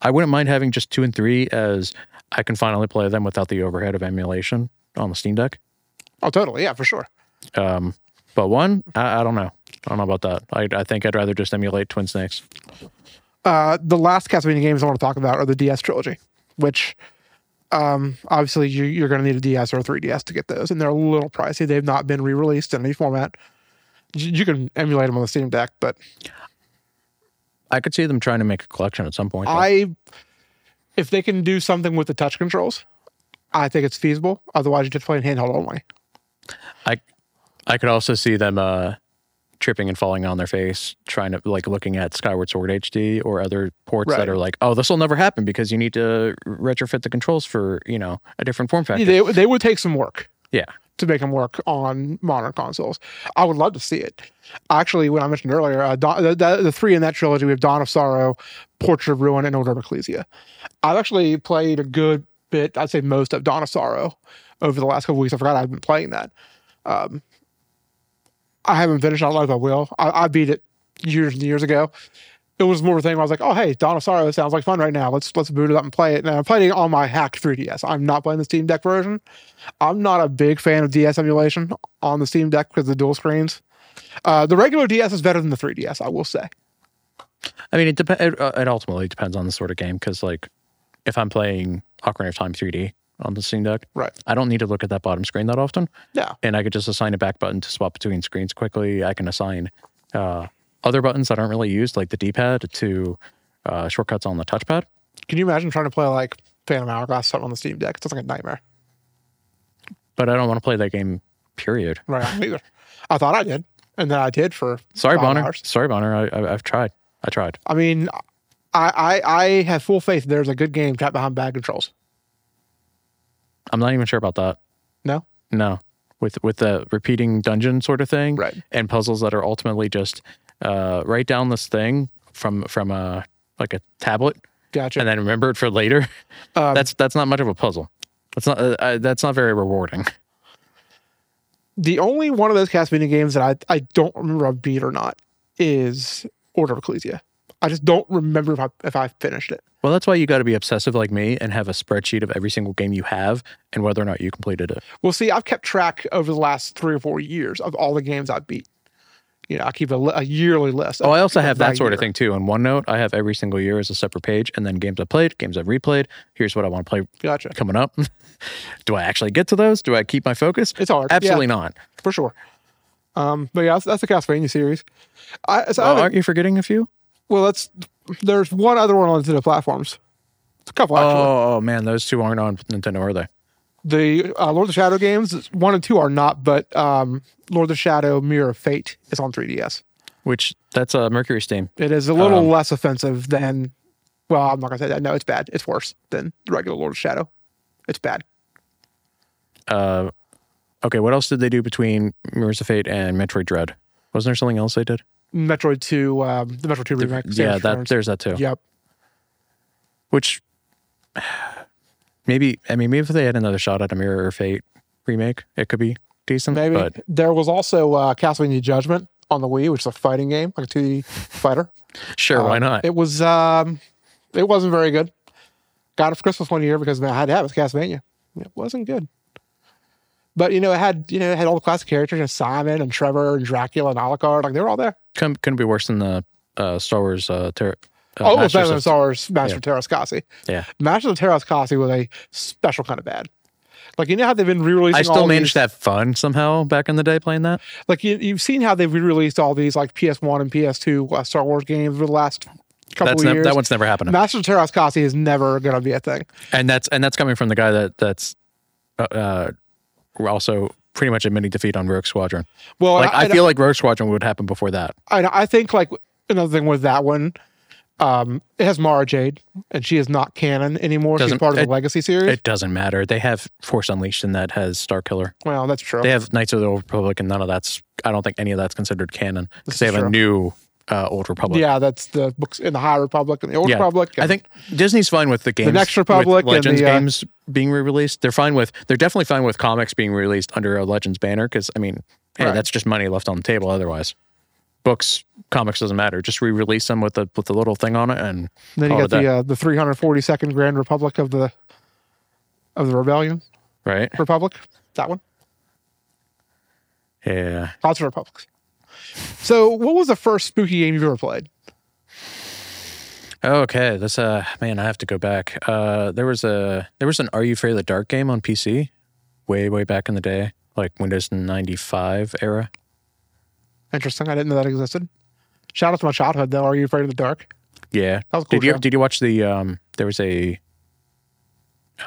Speaker 2: I wouldn't mind having just two and three as I can finally play them without the overhead of emulation on the Steam Deck.
Speaker 1: Oh, totally. Yeah, for sure.
Speaker 2: Um, but one, I, I don't know. I don't know about that. I, I think I'd rather just emulate Twin Snakes.
Speaker 1: Uh, the last Castlevania games I want to talk about are the DS trilogy, which um, obviously you, you're going to need a DS or a 3DS to get those, and they're a little pricey. They've not been re-released in any format. You, you can emulate them on the Steam Deck, but
Speaker 2: I could see them trying to make a collection at some point. though.
Speaker 1: I, if they can do something with the touch controls, I think it's feasible. Otherwise, you're just playing handheld only.
Speaker 2: I could also see them uh, tripping and falling on their face, trying to like looking at Skyward Sword HD or other ports
Speaker 1: Right.
Speaker 2: that are like, oh, this will never happen because you need to retrofit the controls for you know a different form factor.
Speaker 1: They, they would take some work
Speaker 2: Yeah.
Speaker 1: to make them work on modern consoles. I would love to see it. Actually, when I mentioned earlier, uh, Dawn, the, the, the three in that trilogy, we have Dawn of Sorrow, Portrait of Ruin, and Order of Ecclesia. I've actually played a good bit, I'd say most of Dawn of Sorrow over the last couple weeks. I forgot I've been playing that. Um, I haven't finished. it. I don't know if I will. I, I beat it years and years ago. It was more of a thing where I was like, oh, hey, Dawn of Sorrow sounds like fun right now. Let's let's boot it up and play it. And I'm playing it on my hacked 3DS. I'm not playing the Steam Deck version. I'm not a big fan of DS emulation on the Steam Deck because of the dual screens. Uh, the regular DS is better than the 3DS, I will say.
Speaker 2: I mean, it depends. It, uh, it ultimately depends on the sort of game because, like, if I'm playing Ocarina of Time 3D on the Steam Deck,
Speaker 1: Right.
Speaker 2: I don't need to look at that bottom screen that often.
Speaker 1: Yeah.
Speaker 2: and I could just assign a back button to swap between screens quickly. I can assign uh, other buttons that aren't really used, like the D-pad, to uh, shortcuts on the touchpad.
Speaker 1: Can you imagine trying to play like Phantom Hourglass or something on the Steam Deck? It sounds like a nightmare.
Speaker 2: But I don't want to play that game. Period.
Speaker 1: Right. I don't either. I thought I did, and then I did for
Speaker 2: Sorry,
Speaker 1: five
Speaker 2: Bonner.
Speaker 1: hours.
Speaker 2: Sorry, Bonner. I, I, I've tried. I tried.
Speaker 1: I mean, I, I I have full faith there's a good game trapped behind bad controls.
Speaker 2: I'm not even sure about that.
Speaker 1: No?
Speaker 2: No. With with the repeating dungeon sort of thing,
Speaker 1: Right.
Speaker 2: And puzzles that are ultimately just uh, write down this thing from from a like a tablet,
Speaker 1: Gotcha.
Speaker 2: and then remember it for later.
Speaker 1: Um,
Speaker 2: that's that's not much of a puzzle. That's not uh, uh, that's not very rewarding.
Speaker 1: the only one of those Castlevania games that I, I don't remember I beat or not is Order of Ecclesia. I just don't remember if I if I finished it.
Speaker 2: Well, that's why you got to be obsessive like me and have a spreadsheet of every single game you have and whether or not you completed it.
Speaker 1: Well, see, I've kept track over the last three or four years of all the games I beat. You know, I keep a, li- a yearly list.
Speaker 2: Oh, I also have that
Speaker 1: by
Speaker 2: sort of
Speaker 1: year.
Speaker 2: thing too. On OneNote, I have every single year as a separate page and then games I've played, games I've replayed. Here's what I want to play
Speaker 1: Gotcha.
Speaker 2: coming up. Do I actually get to those? Do I keep my focus?
Speaker 1: It's hard.
Speaker 2: Absolutely not.
Speaker 1: yeah, for sure. Um, but yeah, that's, that's the Castlevania series. I, so I
Speaker 2: Oh,
Speaker 1: haven't-
Speaker 2: aren't you forgetting a few?
Speaker 1: well, that's there's one other one on Nintendo platforms. It's a couple actually.
Speaker 2: Oh, oh, man, those two aren't on Nintendo, are they?
Speaker 1: the uh, Lord of the Shadow games, one and two are not, but um, Lord of the Shadow Mirror of Fate is on 3DS.
Speaker 2: Which that's a uh, Mercury Steam.
Speaker 1: It is a little
Speaker 2: Um,
Speaker 1: less offensive than, well, I'm not going to say that. No, it's bad. It's worse than the regular Lord of the Shadow. It's bad.
Speaker 2: Uh, okay, what else did they do between Mirrors of Fate and Metroid Dread? Wasn't there something else they did?
Speaker 1: Metroid 2, um, the Metroid 2 remake.
Speaker 2: yeah,
Speaker 1: Samus
Speaker 2: that
Speaker 1: Returns.
Speaker 2: there's that too.
Speaker 1: Yep.
Speaker 2: Which maybe I mean maybe if they had another shot at a Mirror of Fate remake, it could be decent.
Speaker 1: Maybe.
Speaker 2: But
Speaker 1: There was also uh, Castlevania Judgment on the Wii, which is a fighting game, like a 2D fighter.
Speaker 2: sure, why
Speaker 1: Uh,
Speaker 2: not?
Speaker 1: It was, um, it wasn't very good. Got it for Christmas one year because man, I had to have it. It's Castlevania. It wasn't good. But you know, it had you know, it had all the classic characters, and Simon and Trevor and Dracula and Alucard, like they were all there.
Speaker 2: Couldn't, couldn't be worse than the uh, Star Wars uh, ter- uh,
Speaker 1: oh, it was
Speaker 2: Masters
Speaker 1: better than
Speaker 2: of-
Speaker 1: Star Wars Master of Terrascasi.
Speaker 2: Yeah.
Speaker 1: Master of Terrascasi was a special kind of bad. Like you know how they've been re-releasing.
Speaker 2: I still
Speaker 1: all
Speaker 2: managed
Speaker 1: these,
Speaker 2: to have fun somehow back in the day playing that.
Speaker 1: Like you, you've seen how they've re-released all these like PS1 and PS2 uh, Star Wars games over the last couple
Speaker 2: That's
Speaker 1: of
Speaker 2: nev-
Speaker 1: years.
Speaker 2: that one's never happened.
Speaker 1: Master of Terrascasi is never going to be a thing.
Speaker 2: and that's and that's coming from the guy that that's uh, uh, also pretty much admitting defeat on Rogue Squadron.
Speaker 1: Well,
Speaker 2: like
Speaker 1: and
Speaker 2: I,
Speaker 1: and
Speaker 2: feel like Rogue Squadron would happen before that.
Speaker 1: I, I think like another thing with that one, um, it has Mara Jade, and she is not canon anymore.
Speaker 2: Doesn't-
Speaker 1: She's part of the
Speaker 2: it-
Speaker 1: Legacy series.
Speaker 2: It doesn't matter. They have Force Unleashed, and that has Star Killer.
Speaker 1: well, that's true.
Speaker 2: They have Knights of the Old Republic, and none of that's. I don't think any of that's considered canon
Speaker 1: This
Speaker 2: because they
Speaker 1: is
Speaker 2: have a
Speaker 1: true.
Speaker 2: new uh, Old Republic.
Speaker 1: yeah, that's the books in the High Republic and the Old
Speaker 2: Yeah.
Speaker 1: Republic.
Speaker 2: I
Speaker 1: and-
Speaker 2: think Disney's fine with the games,
Speaker 1: Next
Speaker 2: with
Speaker 1: Republic and
Speaker 2: Legends
Speaker 1: the, uh,
Speaker 2: games being re-released. They're fine with. They're definitely fine with comics being released under a Legends banner because I mean, hey,
Speaker 1: Right.
Speaker 2: that's just money left on the table. Otherwise, books, comics doesn't matter. Just re-release them with the with the little thing on it, and
Speaker 1: then you
Speaker 2: all
Speaker 1: got
Speaker 2: of that.
Speaker 1: the uh, the 342nd Grand Republic of the of the Rebellion
Speaker 2: right?
Speaker 1: Republic. That one,
Speaker 2: Yeah,
Speaker 1: lots of republics. So, what was the first spooky game you've ever played?
Speaker 2: Okay, that's uh man, I have to go back. Uh there was a there was an Are You Afraid of the Dark game on PC way way back in the day, like Windows 95 era.
Speaker 1: Interesting. I didn't know that existed. Shout out to my childhood though. Are you afraid of the dark?
Speaker 2: Yeah.
Speaker 1: That was a cool.
Speaker 2: did you
Speaker 1: show.
Speaker 2: did you watch the um there was a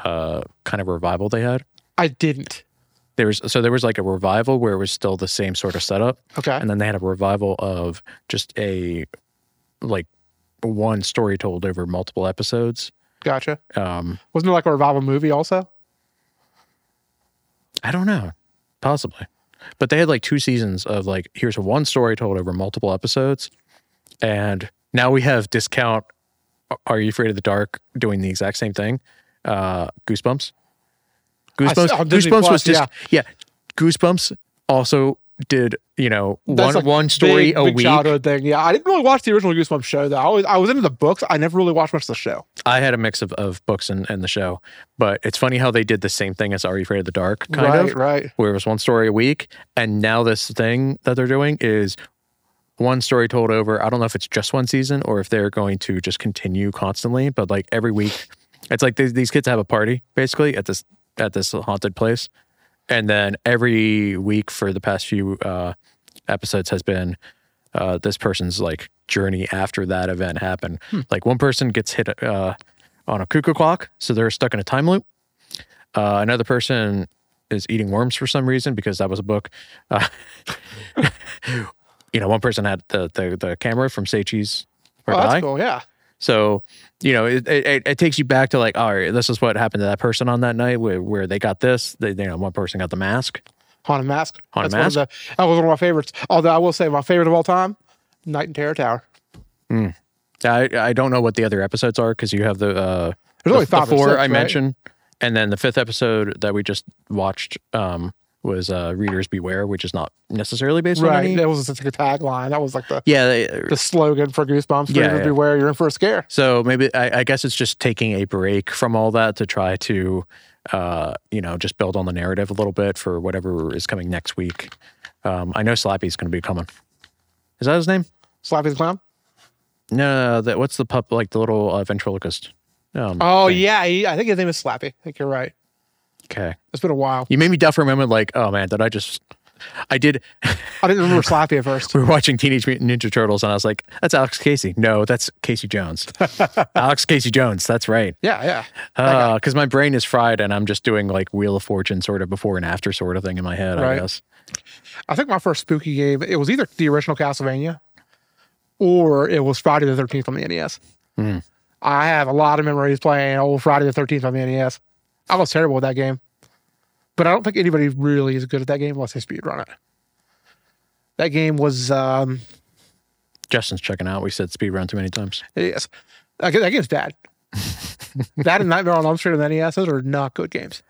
Speaker 2: uh kind of revival they had?
Speaker 1: I didn't.
Speaker 2: There was so there was like a revival where it was still the same sort of setup
Speaker 1: Okay.
Speaker 2: and then they had a revival of just a like one story told over multiple episodes.
Speaker 1: Gotcha.
Speaker 2: Um
Speaker 1: Wasn't it like a revival movie also?
Speaker 2: I don't know. Possibly. But they had like two seasons of like, here's one story told over multiple episodes. And now we have discount Are You Afraid of the Dark doing the exact same thing. Uh Goosebumps.
Speaker 1: I
Speaker 2: Goosebumps.
Speaker 1: saw on Disney
Speaker 2: Goosebumps was
Speaker 1: Plus,
Speaker 2: just yeah. Goosebumps also did, you know,
Speaker 1: That's
Speaker 2: one
Speaker 1: a
Speaker 2: one story
Speaker 1: big,
Speaker 2: a
Speaker 1: big
Speaker 2: week.
Speaker 1: childhood thing. Yeah, I didn't really watch the original Goosebumps show though. I was I was into the books. I never really watched much of the show.
Speaker 2: I had a mix of, of books and, and the show. But it's funny how they did the same thing as Are You Afraid of the Dark, kind
Speaker 1: right,
Speaker 2: of.
Speaker 1: right.
Speaker 2: where it was one story a week. And now this thing that they're doing is one story told over. I don't know if it's just one season or if they're going to just continue constantly, but like every week, it's like these, these kids have a party basically at this at this haunted place, and then every week for the past few uh, episodes has been uh, this person's like journey after that event happened.
Speaker 1: Hmm.
Speaker 2: Like one person gets hit uh, on a cuckoo clock, so they're stuck in a time loop. Uh, another person is eating worms for some reason because that was a book. Uh, you know, one person had the the, the camera from Seichi's or
Speaker 1: Oh, that's
Speaker 2: Die.
Speaker 1: cool. Yeah.
Speaker 2: So, you know, it, it, it- it takes you back to like, all right, this is what happened to that person on that night where, where they got this. They, you know, one person got the mask.
Speaker 1: Haunted Mask.
Speaker 2: Haunted
Speaker 1: That's One of the, that was one of my favorites. Although I will say my favorite of all time, Night in Terror Tower.
Speaker 2: I, I don't know what the other episodes are because you have the, uh,
Speaker 1: There's only
Speaker 2: the, the
Speaker 1: five or
Speaker 2: four
Speaker 1: six,
Speaker 2: I
Speaker 1: right?
Speaker 2: mentioned, and then the fifth episode that we just watched um, was uh, "Readers Beware," which is not necessarily based on
Speaker 1: Right.
Speaker 2: any.
Speaker 1: That was just like a tagline. That was like the,
Speaker 2: Yeah, they,
Speaker 1: the slogan for Goosebumps.
Speaker 2: Yeah,
Speaker 1: Yeah,
Speaker 2: yeah.
Speaker 1: Beware, you're in for a scare.
Speaker 2: So maybe I, I guess it's just taking a break from all that to try to, uh, you know, just build on the narrative a little bit for whatever is coming next week. Um, I know Slappy's going to be coming. Is that his name?
Speaker 1: Slappy the Clown.
Speaker 2: No, no, no, that what's the pup like the little uh, ventriloquist? Um,
Speaker 1: Oh,
Speaker 2: thing.
Speaker 1: yeah. He, I think his name is Slappy. I think you're right.
Speaker 2: Okay,
Speaker 1: It's been a while.
Speaker 2: you made me deaf remember. Like, oh man, did I just? I did.
Speaker 1: I didn't remember Slappy at first.
Speaker 2: we were watching Teenage Mutant Ninja Turtles, and I was like, "That's Alex Casey." No, that's Casey Jones. Alex Casey Jones. That's right.
Speaker 1: Yeah, yeah.
Speaker 2: because Ah, my brain is fried and I'm just doing like Wheel of Fortune sort of before and after sort of thing in my head, I
Speaker 1: Right.
Speaker 2: guess.
Speaker 1: I think my first spooky game, it was either the original Castlevania or it was Friday the 13th on the NES.
Speaker 2: Hmm.
Speaker 1: I have a lot of memories playing old Friday the 13th on the NES. I was terrible at that game, but I don't think anybody really is good at that game unless they speedrun it. That game was, um,
Speaker 2: Justin's checking out. We said speed run too many times.
Speaker 1: yes, that game- that game's bad. that and Nightmare on Elm Street on the NES, those are not good games.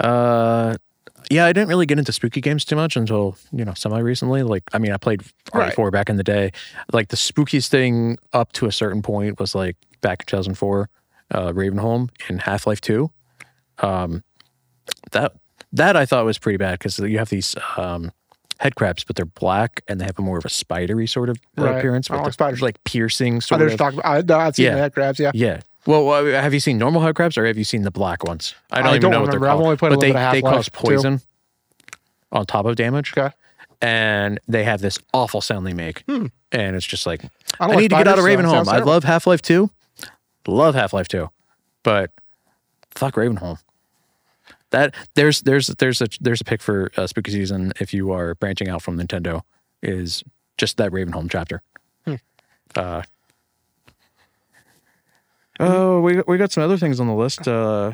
Speaker 2: Uh, yeah, I didn't really get into spooky games too much until you know semi recently. Like, I mean, I played RE4 back in the day. Like the spookiest thing up to a certain point was like back in 2004, uh, Ravenholm in Half Life Two. Um, that that I thought was pretty bad because you have these um head crabs, but they're black and they have a more of a spidery sort of uh,
Speaker 1: Right.
Speaker 2: appearance.
Speaker 1: I don't
Speaker 2: with
Speaker 1: like
Speaker 2: the-
Speaker 1: spiders. Oh,
Speaker 2: Like piercing
Speaker 1: I
Speaker 2: sort
Speaker 1: know what
Speaker 2: of.
Speaker 1: you're talking about. I, no, I've seen
Speaker 2: Yeah.
Speaker 1: the head grabs, yeah.
Speaker 2: Yeah. Well, uh, have you seen normal head crabs or have you seen the black ones? I don't
Speaker 1: I
Speaker 2: even
Speaker 1: don't
Speaker 2: know what they're
Speaker 1: remember. I've
Speaker 2: called.
Speaker 1: only played a little
Speaker 2: but they,
Speaker 1: bit of
Speaker 2: they cause
Speaker 1: Half-Life, too.
Speaker 2: poison on top of damage.
Speaker 1: Okay. Hmm.
Speaker 2: And they have this awful sound they make. And it's just like, I,
Speaker 1: I don't like
Speaker 2: need to get out of
Speaker 1: spiders, uh, so that
Speaker 2: Ravenholm.
Speaker 1: sounds
Speaker 2: I
Speaker 1: terrible.
Speaker 2: love Half Life 2. Love Half Life 2. But fuck Ravenholm. That there's there's there's a there's a pick for uh, spooky season if you are branching out from Nintendo is just that Ravenholm chapter. Uh, oh, we we got some other things on the list. Uh,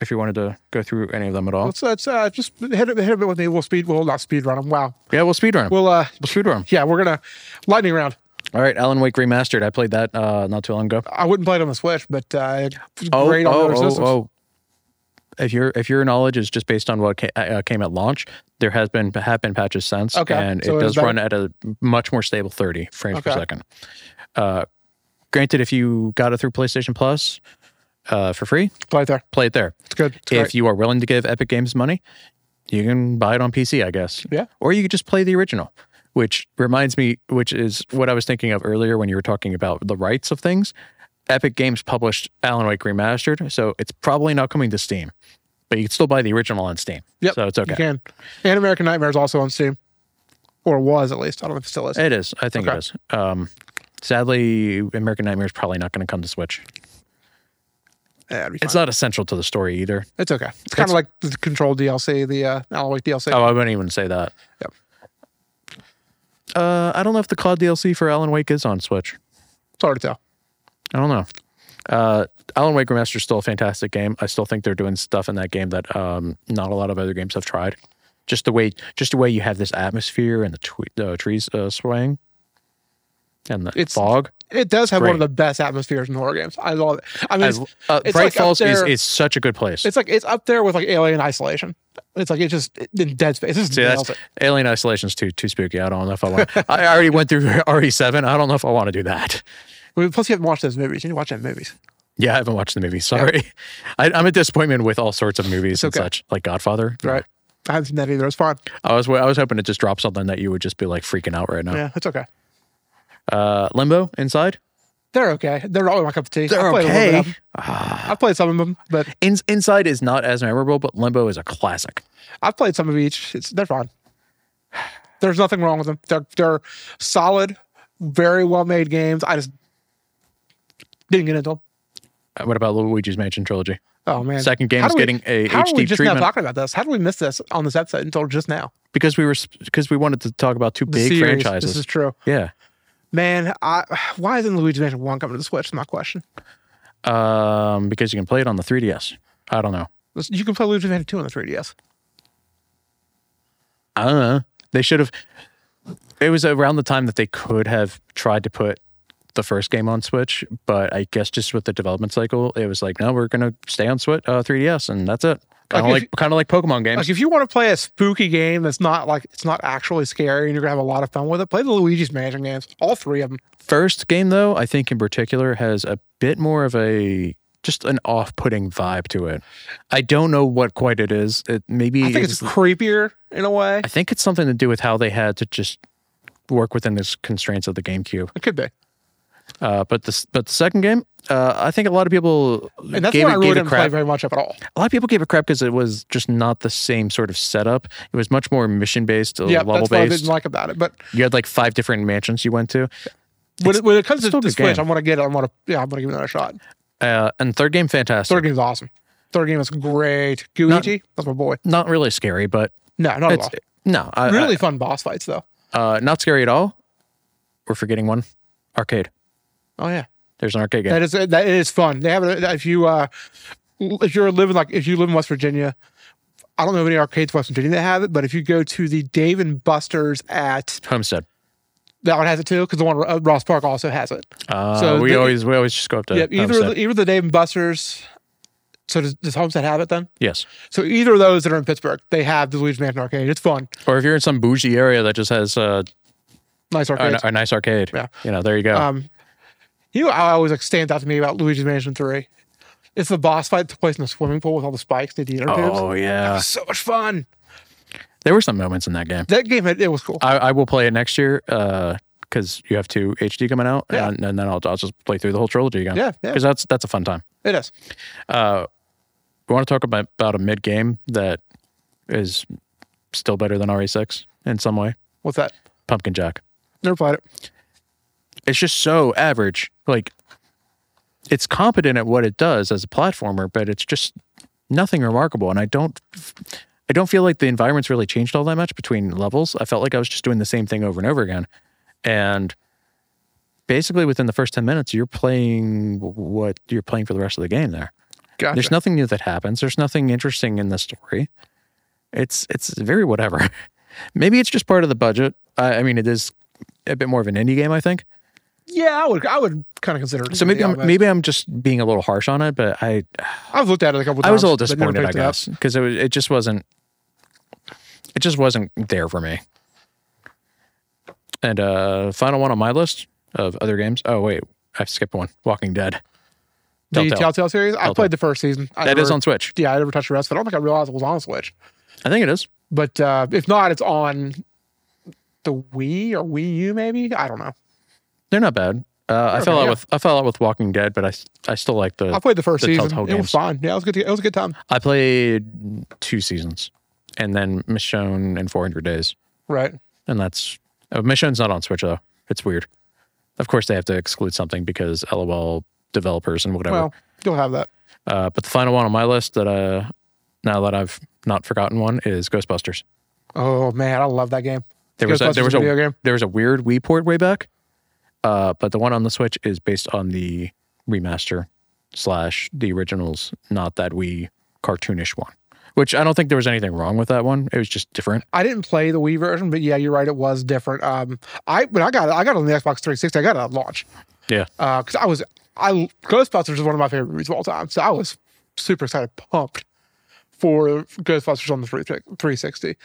Speaker 2: if you wanted to go through any of them at all,
Speaker 1: Let's, let's uh, just hit it, hit it with me. We'll speed, we'll not speed run them. Wow.
Speaker 2: yeah, we'll speedrun. We'll,
Speaker 1: We'll, uh,
Speaker 2: we'll speedrun.
Speaker 1: yeah, we're gonna lightning round.
Speaker 2: All right, Alan Wake remastered. I played that uh, not too long ago.
Speaker 1: I wouldn't play it on the Switch, but uh, it's
Speaker 2: Oh,
Speaker 1: great on
Speaker 2: oh,
Speaker 1: the other
Speaker 2: oh,
Speaker 1: systems.
Speaker 2: oh. If your if your knowledge is just based on what ca- uh, came at launch, there has been have been patches since,
Speaker 1: Okay,
Speaker 2: and
Speaker 1: so
Speaker 2: it
Speaker 1: it
Speaker 2: does
Speaker 1: was
Speaker 2: run at a much more stable thirty frames per
Speaker 1: Okay.
Speaker 2: second. Uh, granted, if you got it through PlayStation Plus uh, for free,
Speaker 1: Play it there.
Speaker 2: play it there.
Speaker 1: It's good. It's
Speaker 2: if
Speaker 1: great.
Speaker 2: you are willing to give Epic Games money, you can buy it on PC, I guess.
Speaker 1: Yeah.
Speaker 2: Or you could just play the original, which reminds me, which is what I was thinking of earlier when you were talking about the rights of things. Epic Games published Alan Wake Remastered, so it's probably not coming to Steam, but you can still buy the original on Steam.
Speaker 1: Yep,
Speaker 2: So it's
Speaker 1: You
Speaker 2: okay.
Speaker 1: can. And American Nightmare is also on Steam, or was at least. I don't know if it still is.
Speaker 2: It is. I think
Speaker 1: Okay.
Speaker 2: it is. Um, sadly, American Nightmare is probably not going to come to Switch.
Speaker 1: Yeah, it'd be fine.
Speaker 2: It's
Speaker 1: It's,
Speaker 2: not essential to the story either.
Speaker 1: okay. It's kind
Speaker 2: it's-
Speaker 1: of like the Control DLC, the uh, Alan Wake DLC.
Speaker 2: Oh, I wouldn't even say that.
Speaker 1: Yep.
Speaker 2: Uh, I don't know if the Cloud DLC for Alan Wake is on Switch.
Speaker 1: It's hard to tell.
Speaker 2: I don't know. Uh, Alan Wake Remastered is still a fantastic game. I still think they're doing stuff in that game that um, not a lot of other games have tried. Just the way, just the way you have this atmosphere and the tw- uh, trees uh, swaying, and the
Speaker 1: It's-
Speaker 2: fog.
Speaker 1: It does have one
Speaker 2: Great.
Speaker 1: of the best atmospheres in horror games. I love it. I mean,
Speaker 2: I,
Speaker 1: it's,
Speaker 2: uh,
Speaker 1: it's
Speaker 2: Bright
Speaker 1: like up
Speaker 2: Falls is,
Speaker 1: there-
Speaker 2: is such a good place.
Speaker 1: it's like it's up there with like Alien Isolation. It's like it just it, in Dead Space. It just
Speaker 2: See,
Speaker 1: nails
Speaker 2: that's
Speaker 1: it.
Speaker 2: Alien Isolation's too too spooky. I don't know if I want. I already went through RE7. I don't know if I want to do that.
Speaker 1: I mean, plus, you haven't watched those movies. You need to watch them movies.
Speaker 2: Yeah, I haven't watched the movie. Sorry, I, I'm a disappointment with all sorts of movies and
Speaker 1: okay.
Speaker 2: such, like Godfather.
Speaker 1: Right. I haven't seen that either. It's fine.
Speaker 2: I was I was hoping to just drop something that you would just be like freaking out right now.
Speaker 1: Yeah, it's okay.
Speaker 2: Uh, Limbo inside.
Speaker 1: They're okay. They're all my cup of tea. I played a little bit of them. I've played some of them, but
Speaker 2: In, inside is not as memorable, but Limbo is a classic.
Speaker 1: I've played some of each. It's they're fine. There's nothing wrong with them. They're they're solid, very well made games. I just didn't get into them.
Speaker 2: Uh, What about Luigi's Mansion trilogy?
Speaker 1: Oh man!
Speaker 2: Second game
Speaker 1: How
Speaker 2: is
Speaker 1: do we-
Speaker 2: getting a
Speaker 1: How are we
Speaker 2: HD
Speaker 1: just
Speaker 2: treatment
Speaker 1: now talking about this? How did we miss this on this episode until just now?
Speaker 2: because we were because we wanted to talk about two
Speaker 1: The
Speaker 2: big
Speaker 1: series,
Speaker 2: franchises.
Speaker 1: This is true,
Speaker 2: yeah.
Speaker 1: man. I, why isn't Luigi's Mansion One coming to the Switch? Is my question.
Speaker 2: Um, because you can play it on the 3DS. I don't know.
Speaker 1: This- You can play Luigi's Mansion Two on the 3DS.
Speaker 2: I don't know. They should have. It was around the time that they could have tried to put the first game on Switch, but I guess just with the development cycle, it was like, no, we're gonna stay on Switch, uh, 3DS, and that's it. I don't
Speaker 1: if
Speaker 2: like kind of like Pokemon games.
Speaker 1: Like if you want to play a spooky game that's not like it's not actually scary and you're gonna have a lot of fun with it, play the Luigi's Mansion games, all three of them.
Speaker 2: First game though, I think in particular has a bit more of a just an off-putting vibe to it. I don't know what quite it is. It maybe
Speaker 1: I think it's creepier in a way.
Speaker 2: I think it's something to do with how they had to just work within the constraints of the GameCube.
Speaker 1: It could be,
Speaker 2: Uh, but the but the second game, uh, I think a lot of people
Speaker 1: and that's
Speaker 2: gave,
Speaker 1: one
Speaker 2: it,
Speaker 1: I really
Speaker 2: gave it
Speaker 1: didn't play
Speaker 2: crap.
Speaker 1: very much of at all.
Speaker 2: A lot of people gave it crap because it was just not the same sort of setup. It was much more mission based,
Speaker 1: yeah,
Speaker 2: level
Speaker 1: that's what I didn't
Speaker 2: based.
Speaker 1: like about it. But
Speaker 2: you had like five different mansions you went to.
Speaker 1: when it, when it comes
Speaker 2: still
Speaker 1: to
Speaker 2: a
Speaker 1: the
Speaker 2: good
Speaker 1: Switch,
Speaker 2: game.
Speaker 1: I'm gonna get it. I'm gonna yeah, I'm gonna give it another shot.
Speaker 2: Uh, and third game, fantastic.
Speaker 1: Third game's awesome. Third game is great. Guiji, that's my boy.
Speaker 2: Not really scary, but
Speaker 1: No, not at
Speaker 2: it's uh,
Speaker 1: all.
Speaker 2: no, I,
Speaker 1: Really fun boss fights though.
Speaker 2: I- uh, not scary at all. We're forgetting one, arcade.
Speaker 1: Oh yeah.
Speaker 2: There's an arcade game.
Speaker 1: That is uh, that is fun. They have it if you uh if you're living like if you live in West Virginia, I don't know any arcades in West Virginia that have it, but if you go to the Dave and Buster's at
Speaker 2: Homestead.
Speaker 1: that one has it too, because the one uh, Ross Park also has it.
Speaker 2: Uh,
Speaker 1: So
Speaker 2: we
Speaker 1: the-
Speaker 2: always we always just go up to
Speaker 1: yep, either
Speaker 2: Homestead.
Speaker 1: the, either the Dave and Buster's. So does, does Homestead have it then?
Speaker 2: yes.
Speaker 1: So either of those that are in Pittsburgh, they have the Luigi's Mansion arcade. It's fun,
Speaker 2: Or if you're in some bougie area that just has uh,
Speaker 1: nice arcade.
Speaker 2: a, a nice arcade,
Speaker 1: Yeah.
Speaker 2: you know, there you go.
Speaker 1: Um, you know, I always like stands out to me about Luigi's Mansion Three. It's the boss fight that took place in the swimming pool with all the spikes and the inner tubes.
Speaker 2: oh yeah,
Speaker 1: So much fun.
Speaker 2: there were some moments in that game.
Speaker 1: That game, it, it was cool.
Speaker 2: I, I will play it next year because you have two HD coming out,
Speaker 1: Yeah.
Speaker 2: and, and then I'll, I'll just play through the whole trilogy again.
Speaker 1: Yeah, yeah.
Speaker 2: because that's that's a fun time. Uh,
Speaker 1: It is.
Speaker 2: We want to talk about, about a mid game that is still better than RE6 in some way.
Speaker 1: What's that?
Speaker 2: Pumpkin Jack.
Speaker 1: Never played it.
Speaker 2: It's just so average. Like it's competent at what it does as a platformer, but it's just nothing remarkable. And I don't. I don't feel like the environment's really changed all that much between levels. I felt like I was just doing the same thing over and over again. And basically within the first 10 minutes, you're playing what you're playing for the rest of the game there.
Speaker 1: Gotcha.
Speaker 2: There's nothing new that happens. There's nothing interesting in the story. It's it's very whatever. Maybe it's just part of the budget. I, I mean, it is a bit more of an indie game, I think.
Speaker 1: yeah, I would. I would kind of consider it.
Speaker 2: So maybe
Speaker 1: Yeah,
Speaker 2: I'm
Speaker 1: but
Speaker 2: maybe I'm just being a little harsh on it, but I
Speaker 1: I've looked at it a couple. times.
Speaker 2: I was a little
Speaker 1: but never
Speaker 2: disappointed, I
Speaker 1: picked it up.
Speaker 2: guess, because it was it just wasn't it just wasn't there for me. And uh final one on my list of other games. Oh wait, I skipped one. Walking Dead.
Speaker 1: The Telltale,
Speaker 2: Telltale.
Speaker 1: series. I
Speaker 2: Telltale.
Speaker 1: played the first season. I
Speaker 2: That
Speaker 1: never,
Speaker 2: is on Switch.
Speaker 1: Yeah, I never touched the rest. But I don't think I realized it was on Switch.
Speaker 2: I think it is.
Speaker 1: But uh, if not, it's on the Wii or Wii U. Maybe I don't know.
Speaker 2: They're not bad. Uh, I
Speaker 1: Okay,
Speaker 2: fell out
Speaker 1: yeah.
Speaker 2: with I fell out with Walking Dead, but I s- I still like the.
Speaker 1: I played the first
Speaker 2: The
Speaker 1: season.
Speaker 2: Telltale
Speaker 1: It was
Speaker 2: games.
Speaker 1: fun. Yeah, it was good. To, it was a good time.
Speaker 2: I played two seasons, and then Michonne in 400 days,
Speaker 1: Right.
Speaker 2: and that's uh, Michonne's not on Switch though. It's weird. Of course, they have to exclude something because LOL developers and whatever.
Speaker 1: Well, you'll have that.
Speaker 2: uh, but the final one on my list that uh, now that I've not forgotten one is Ghostbusters.
Speaker 1: Oh man, I love that game.
Speaker 2: There was a,
Speaker 1: Ghostbusters
Speaker 2: there was a
Speaker 1: video game.
Speaker 2: there was a weird Wii port way back, uh, but the one on the Switch is based on the remaster slash the originals, not that Wii cartoonish one. Which I don't think there was anything wrong with that one. It was just different.
Speaker 1: I didn't play the Wii version, but yeah, you're right. It was different. Um, I when I got it, I got it on the Xbox 360. I got it at launch
Speaker 2: Yeah,
Speaker 1: because I was I Ghostbusters is one of my favorite movies of all time, so I was super excited, pumped for Ghostbusters on the 360.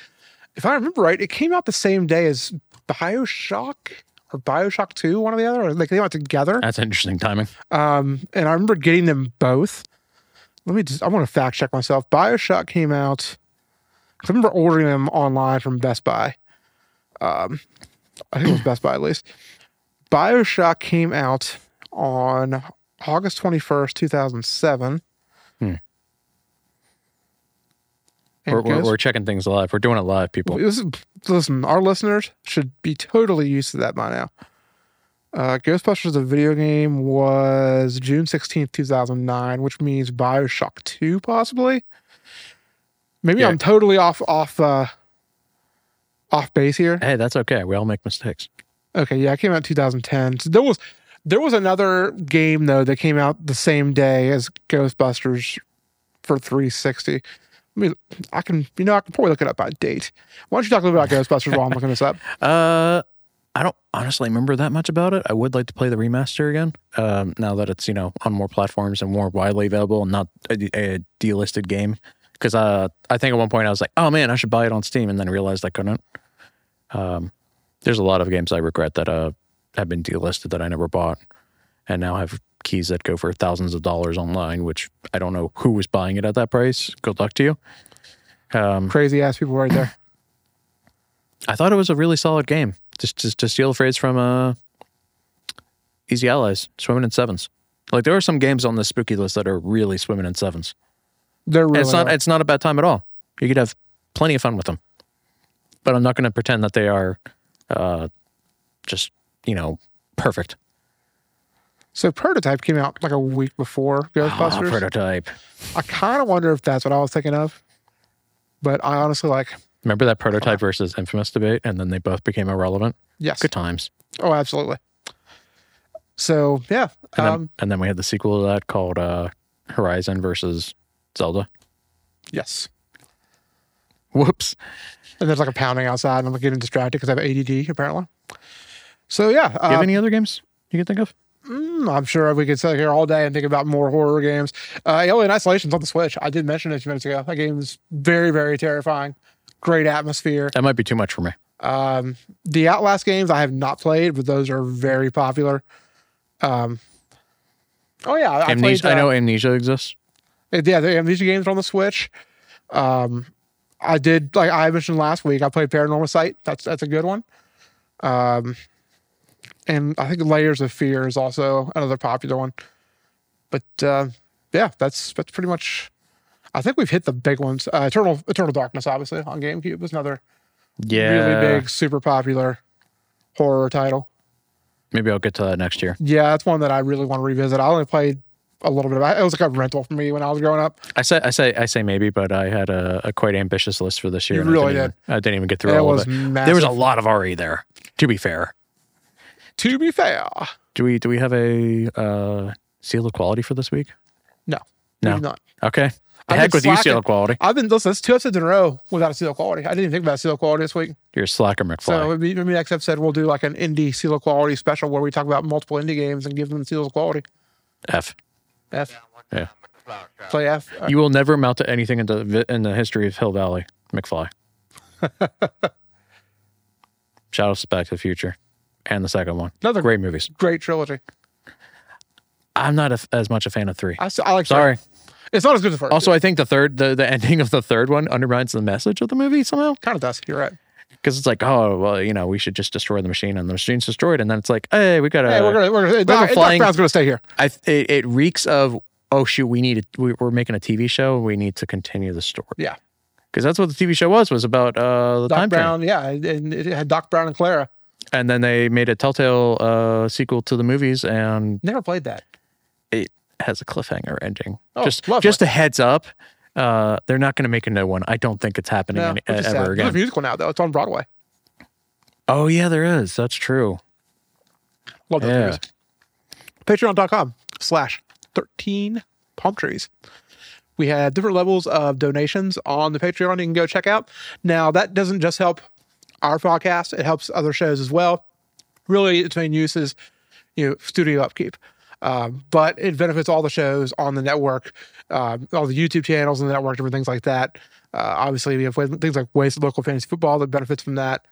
Speaker 1: If I remember right, it came out the same day as Bioshock or Bioshock Two, one or the other. or Like they came out together,
Speaker 2: that's interesting timing.
Speaker 1: um, and I remember getting them both. Let me just—I want to fact check myself. Bioshock came out. I remember ordering them online from Best Buy. Um, I think it was Best Buy at least. Bioshock came out on August twenty-first, two thousand seven. Hmm.
Speaker 2: We're, we're, we're checking things live. We're doing it live, people.
Speaker 1: It was- listen, our listeners should be totally used to that by now. Uh, Ghostbusters, the video game, was June 16th, 2009, which means Bioshock 2, possibly. Maybe
Speaker 2: Yeah.
Speaker 1: I'm totally off off uh, off base here.
Speaker 2: Hey, that's okay. We all make mistakes.
Speaker 1: Okay, yeah, it came out in 2010. So there was there was another game though that came out the same day as Ghostbusters for 360. I mean, I can you know I can probably look it up by date. Why don't you talk a little bit about Ghostbusters while I'm looking this up?
Speaker 2: Uh, I don't honestly remember that much about it. I would like to play the remaster again. Um, now that it's you know on more platforms and more widely available, and not a, a delisted game because uh, I think at one point I was like, oh man, I should buy it on Steam, and then realized I couldn't. Um, there's a lot of games I regret that uh, have been delisted that I never bought, and now have keys that go for thousands of dollars online, which I don't know who was buying it at that price. Good luck to you. Um,
Speaker 1: Crazy ass people right there.
Speaker 2: I thought it was a really solid game. Just, just to steal a phrase from uh, Easy Allies, swimming in sevens. Like there are some games on the spooky list that are really swimming in sevens.
Speaker 1: They're
Speaker 2: And
Speaker 1: really
Speaker 2: it's not
Speaker 1: are.
Speaker 2: it's not a bad time at all. You could have plenty of fun with them. But I'm not going to pretend that they are uh, just, you know, perfect.
Speaker 1: so prototype came out like a week before
Speaker 2: Ah,
Speaker 1: Ghostbusters.
Speaker 2: prototype.
Speaker 1: I kind of wonder if that's what I was thinking of, but I honestly like
Speaker 2: Remember that prototype versus infamous debate and then they both became irrelevant?
Speaker 1: yes.
Speaker 2: Good times.
Speaker 1: Oh, absolutely. So yeah,
Speaker 2: And,
Speaker 1: um,
Speaker 2: then, and then we had the sequel to that called uh, Horizon versus Zelda.
Speaker 1: yes.
Speaker 2: Whoops.
Speaker 1: And there's like a pounding outside, and I'm getting distracted because I have ADD apparently. So yeah,
Speaker 2: Do you
Speaker 1: uh,
Speaker 2: have any other games you can think of?
Speaker 1: mm, I'm sure we could sit here all day and think about more horror games. Uh, Alien Isolation's on the Switch. I did mention it a few minutes ago. That game is very, very terrifying. Great atmosphere.
Speaker 2: That might be too much for me.
Speaker 1: Um, the Outlast games I have not played, but those are very popular. Um, oh yeah, I,
Speaker 2: Amnesia,
Speaker 1: played,
Speaker 2: I
Speaker 1: uh,
Speaker 2: know Amnesia exists.
Speaker 1: Uh, Yeah, the Amnesia games are on the Switch. Um, I did like I mentioned last week. I played Paranormal Sight. That's that's a good one. Um, and I think Layers of Fear is also another popular one. But uh, yeah, that's that's pretty much. I think we've hit the big ones. Uh, Eternal Eternal Darkness, obviously, on GameCube was another
Speaker 2: Yeah.
Speaker 1: really big, super popular horror title.
Speaker 2: Maybe I'll get to that next year.
Speaker 1: Yeah, that's one that I really want to revisit. I only played a little bit of it. It was like a rental for me when I was growing up.
Speaker 2: I say, I say, I say maybe, but I had a, a quite ambitious list for this year.
Speaker 1: You
Speaker 2: I
Speaker 1: really
Speaker 2: didn't even- I didn't even get through
Speaker 1: It
Speaker 2: all
Speaker 1: was
Speaker 2: of it. There was a
Speaker 1: massive.
Speaker 2: lot of RE there. To be fair,
Speaker 1: To be fair,
Speaker 2: do we do we have a uh, seal of quality for this week?
Speaker 1: no,
Speaker 2: No.
Speaker 1: we've not.
Speaker 2: Okay. The
Speaker 1: I've
Speaker 2: heck
Speaker 1: been
Speaker 2: with you,
Speaker 1: slacking.
Speaker 2: seal of quality.
Speaker 1: I've been listen. That's two episodes in a row without a seal of quality. I didn't even think about seal of quality this week.
Speaker 2: You're a slacker, McFly.
Speaker 1: So maybe, maybe next episode we'll do like an indie seal of quality special where we talk about multiple indie games and give them seals of quality.
Speaker 2: F.
Speaker 1: F
Speaker 2: Yeah.
Speaker 1: play F. Uh,
Speaker 2: You will never amount to anything in the vi- in the history of Hill Valley, McFly. Shout out to Back to the Future, and the second one.
Speaker 1: Another-
Speaker 2: great movies.
Speaker 1: Great trilogy.
Speaker 2: I'm not a f as much a fan of three.
Speaker 1: I, s- I like.
Speaker 2: Sorry.
Speaker 1: it's not as good as the first.
Speaker 2: Also, I think the third, the, the ending of the third one undermines the message of the movie somehow.
Speaker 1: kind of does. You're right.
Speaker 2: Because it's like, oh, well, you know, we should just destroy the machine, and the machine's destroyed, and then it's like, hey, we gotta.
Speaker 1: hey, we're gonna. We're gonna. Doc, Doc
Speaker 2: flying-
Speaker 1: Brown's gonna stay here.
Speaker 2: I, it, it reeks of, oh shoot, we need to, we, we're making a TV show, and we need to continue the story.
Speaker 1: Yeah.
Speaker 2: Because that's what the TV show was was about uh, the
Speaker 1: Doc
Speaker 2: time travel,
Speaker 1: Brown. Yeah, and it had Doc Brown and Clara.
Speaker 2: and then they made a Telltale uh, sequel to the movies, and
Speaker 1: Never played that.
Speaker 2: it has a cliffhanger ending.
Speaker 1: Oh,
Speaker 2: just
Speaker 1: lovely.
Speaker 2: just a heads up, uh, they're not going to make a new one. I don't think it's happening
Speaker 1: No,
Speaker 2: any-
Speaker 1: which is sad.
Speaker 2: ever
Speaker 1: There's a
Speaker 2: again.
Speaker 1: musical now though. It's on Broadway.
Speaker 2: Oh yeah, there is. That's true.
Speaker 1: Love those
Speaker 2: Yeah.
Speaker 1: movies. patreon.com slash 13 palm trees we had different levels of donations on the patreon you can go check out now that doesn't just help our podcast it helps other shows as well really its main use is you know studio upkeep um, but it benefits all the shows on the network um, all the youtube channels on the network different things like that uh, obviously we have things like waste local fantasy football that benefits from that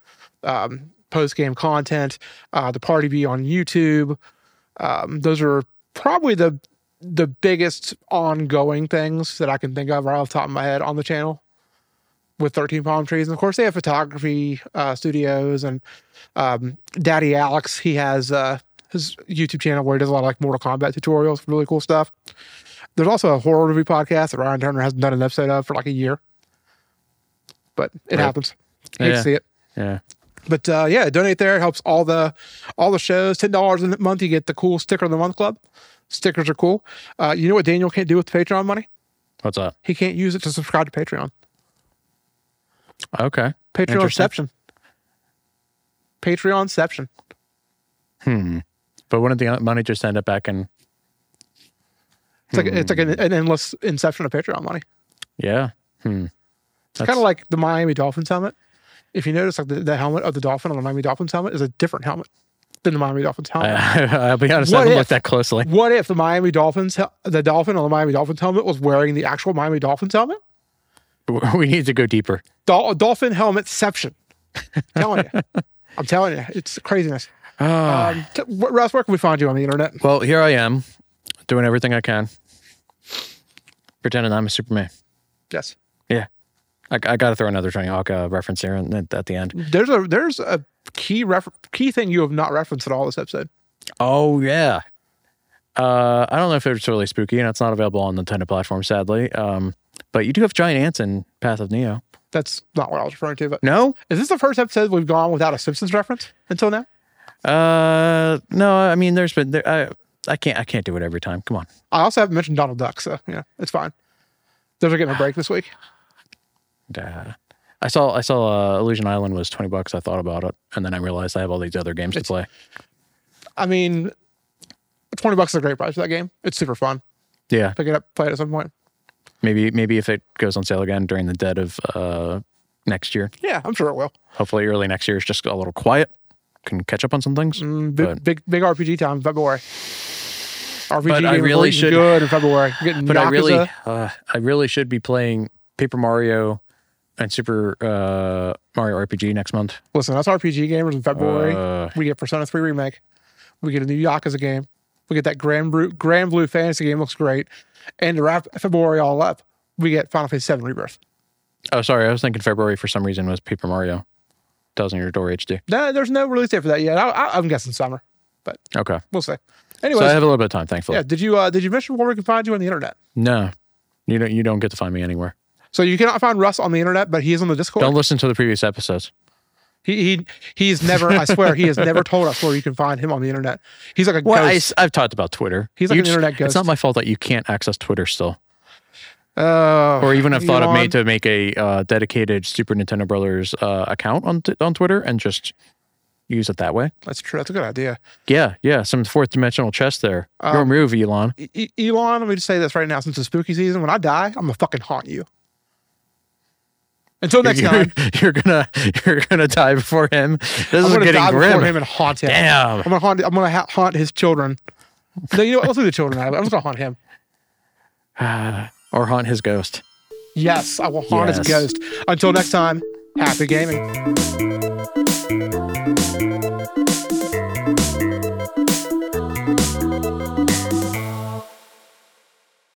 Speaker 1: um, post game content uh, the party view on youtube um, those are probably the the biggest ongoing things that I can think of right off the top of my head on the channel with 13 palm trees. And of course they have photography uh, studios and um, daddy Alex, he has uh, his YouTube channel where he does a lot of like Mortal Kombat tutorials, really cool stuff. There's also a horror movie podcast that Ryan Turner hasn't done an episode of for like a year, but it
Speaker 2: Right.
Speaker 1: happens. Hate
Speaker 2: Yeah.
Speaker 1: to see it
Speaker 2: Yeah.
Speaker 1: but uh, yeah, donate there. It helps all the all the shows. Ten dollars a month, you get the cool sticker of the month club. Stickers are cool. Uh, you know what Daniel can't do with the Patreon money?
Speaker 2: What's that?
Speaker 1: He can't use it to subscribe to Patreon.
Speaker 2: Okay.
Speaker 1: Patreonception. Patreonception.
Speaker 2: Hmm. But wouldn't the money just end up back in?
Speaker 1: It's like it's like an, an endless inception of Patreon money.
Speaker 2: Yeah. Hmm.
Speaker 1: It's kind of like the Miami Dolphins helmet. If you notice, like the, the helmet of the Dolphin on the Miami Dolphins helmet is a different helmet than the Miami Dolphins helmet.
Speaker 2: Uh. I, will be honest, I
Speaker 1: What
Speaker 2: haven't
Speaker 1: if?
Speaker 2: looked that closely.
Speaker 1: What if the Miami Dolphins, hel- the Dolphin on the Miami Dolphins helmet was wearing the actual Miami Dolphins helmet?
Speaker 2: we need to go deeper.
Speaker 1: Dol- dolphin helmetception. I'm telling you. I'm telling you. It's craziness.
Speaker 2: Ah.
Speaker 1: Um, t- wh- Russ, where can we find you on the internet?
Speaker 2: well, here I am, doing everything I can, pretending I'm a Superman.
Speaker 1: Yes.
Speaker 2: I, I got to throw another Tony Hawk reference here in- at, at the end.
Speaker 1: There's a there's a key refer- key thing you have not referenced at all this episode.
Speaker 2: Oh yeah. Uh, I don't know if it's really spooky, and it's not available on the Nintendo platform, sadly. Um, but you do have giant ants in Path of Neo.
Speaker 1: That's not what I was referring to, but
Speaker 2: No,
Speaker 1: is this the first episode we've gone without a Simpsons reference until now?
Speaker 2: uh, no. I mean, there's been there. I, I can't. I can't do it every time. Come on.
Speaker 1: I also haven't mentioned Donald Duck, so yeah, it's fine. Those are getting a break this week.
Speaker 2: Uh, I saw. I saw. Uh, Illusion Island was twenty bucks. I thought about it, and then I realized I have all these other games to play.
Speaker 1: I mean, twenty bucks is a great price for that game. It's super fun.
Speaker 2: Yeah,
Speaker 1: Pick it up, play it at some point.
Speaker 2: maybe. Maybe if it goes on sale again during the dead of uh, next year,
Speaker 1: Yeah, I'm sure it will.
Speaker 2: hopefully early next year, it's just a little quiet. Can catch up on some things.
Speaker 1: Mm, big,
Speaker 2: But-
Speaker 1: big big RPG time in February. RPG
Speaker 2: But I
Speaker 1: game
Speaker 2: really
Speaker 1: is
Speaker 2: should-
Speaker 1: good in February. You're Getting
Speaker 2: but I
Speaker 1: Yakuza.
Speaker 2: really, uh, I really should be playing Paper Mario and Super uh, Mario RPG next month.
Speaker 1: listen. That's RPG gamers in February.
Speaker 2: Uh,
Speaker 1: we get Persona Three remake. We get a new Yakuza game. We get that Grand Blue, Grand Blue Fantasy game. Looks great. And to wrap February all up, we get Final Fantasy VII Rebirth.
Speaker 2: oh, sorry, I was thinking February for some reason was Paper Mario, Thousand Year Door HD.
Speaker 1: No, there's no release date for that yet. I, I, I'm guessing summer.
Speaker 2: Okay,
Speaker 1: We'll see.
Speaker 2: so I
Speaker 1: Anyways,
Speaker 2: have a little bit of time, thankfully.
Speaker 1: yeah. Did you uh, did you mention where we can find you on the internet?
Speaker 2: No, you don't. You don't get to find me anywhere.
Speaker 1: So you cannot find Russ on the internet, but he is on the Discord.
Speaker 2: Don't listen to the previous episodes.
Speaker 1: He he he's never. I swear, he has never told us where you can find him on the internet. He's like a
Speaker 2: Well, I,
Speaker 1: ghost.
Speaker 2: have talked about Twitter.
Speaker 1: He's like
Speaker 2: You
Speaker 1: an internet
Speaker 2: It's
Speaker 1: ghost.
Speaker 2: not my fault that you can't access Twitter still,
Speaker 1: Oh,
Speaker 2: or even have thought of
Speaker 1: Elon.
Speaker 2: made to make a uh, dedicated Super Nintendo Brothers uh, account on t- on Twitter and just use it that way.
Speaker 1: That's true. That's a good idea.
Speaker 2: Yeah, yeah, some fourth dimensional chess there. Your
Speaker 1: Um,
Speaker 2: move, Elon.
Speaker 1: E- E- Elon, let me just say this right now. Since it's spooky season, when I die, I'm gonna fucking haunt you. Until next
Speaker 2: you're,
Speaker 1: time,
Speaker 2: you're gonna you're gonna die before him. This
Speaker 1: I'm
Speaker 2: is
Speaker 1: gonna
Speaker 2: getting
Speaker 1: die
Speaker 2: grim.
Speaker 1: before him and haunt him.
Speaker 2: Damn.
Speaker 1: I'm gonna haunt. I'm gonna ha- haunt his children. No, you know what? Let's leave the children out of it. I'm just gonna haunt him.
Speaker 2: or haunt his ghost.
Speaker 1: Yes, I will haunt his
Speaker 2: Yes.
Speaker 1: ghost. Until next time, happy gaming.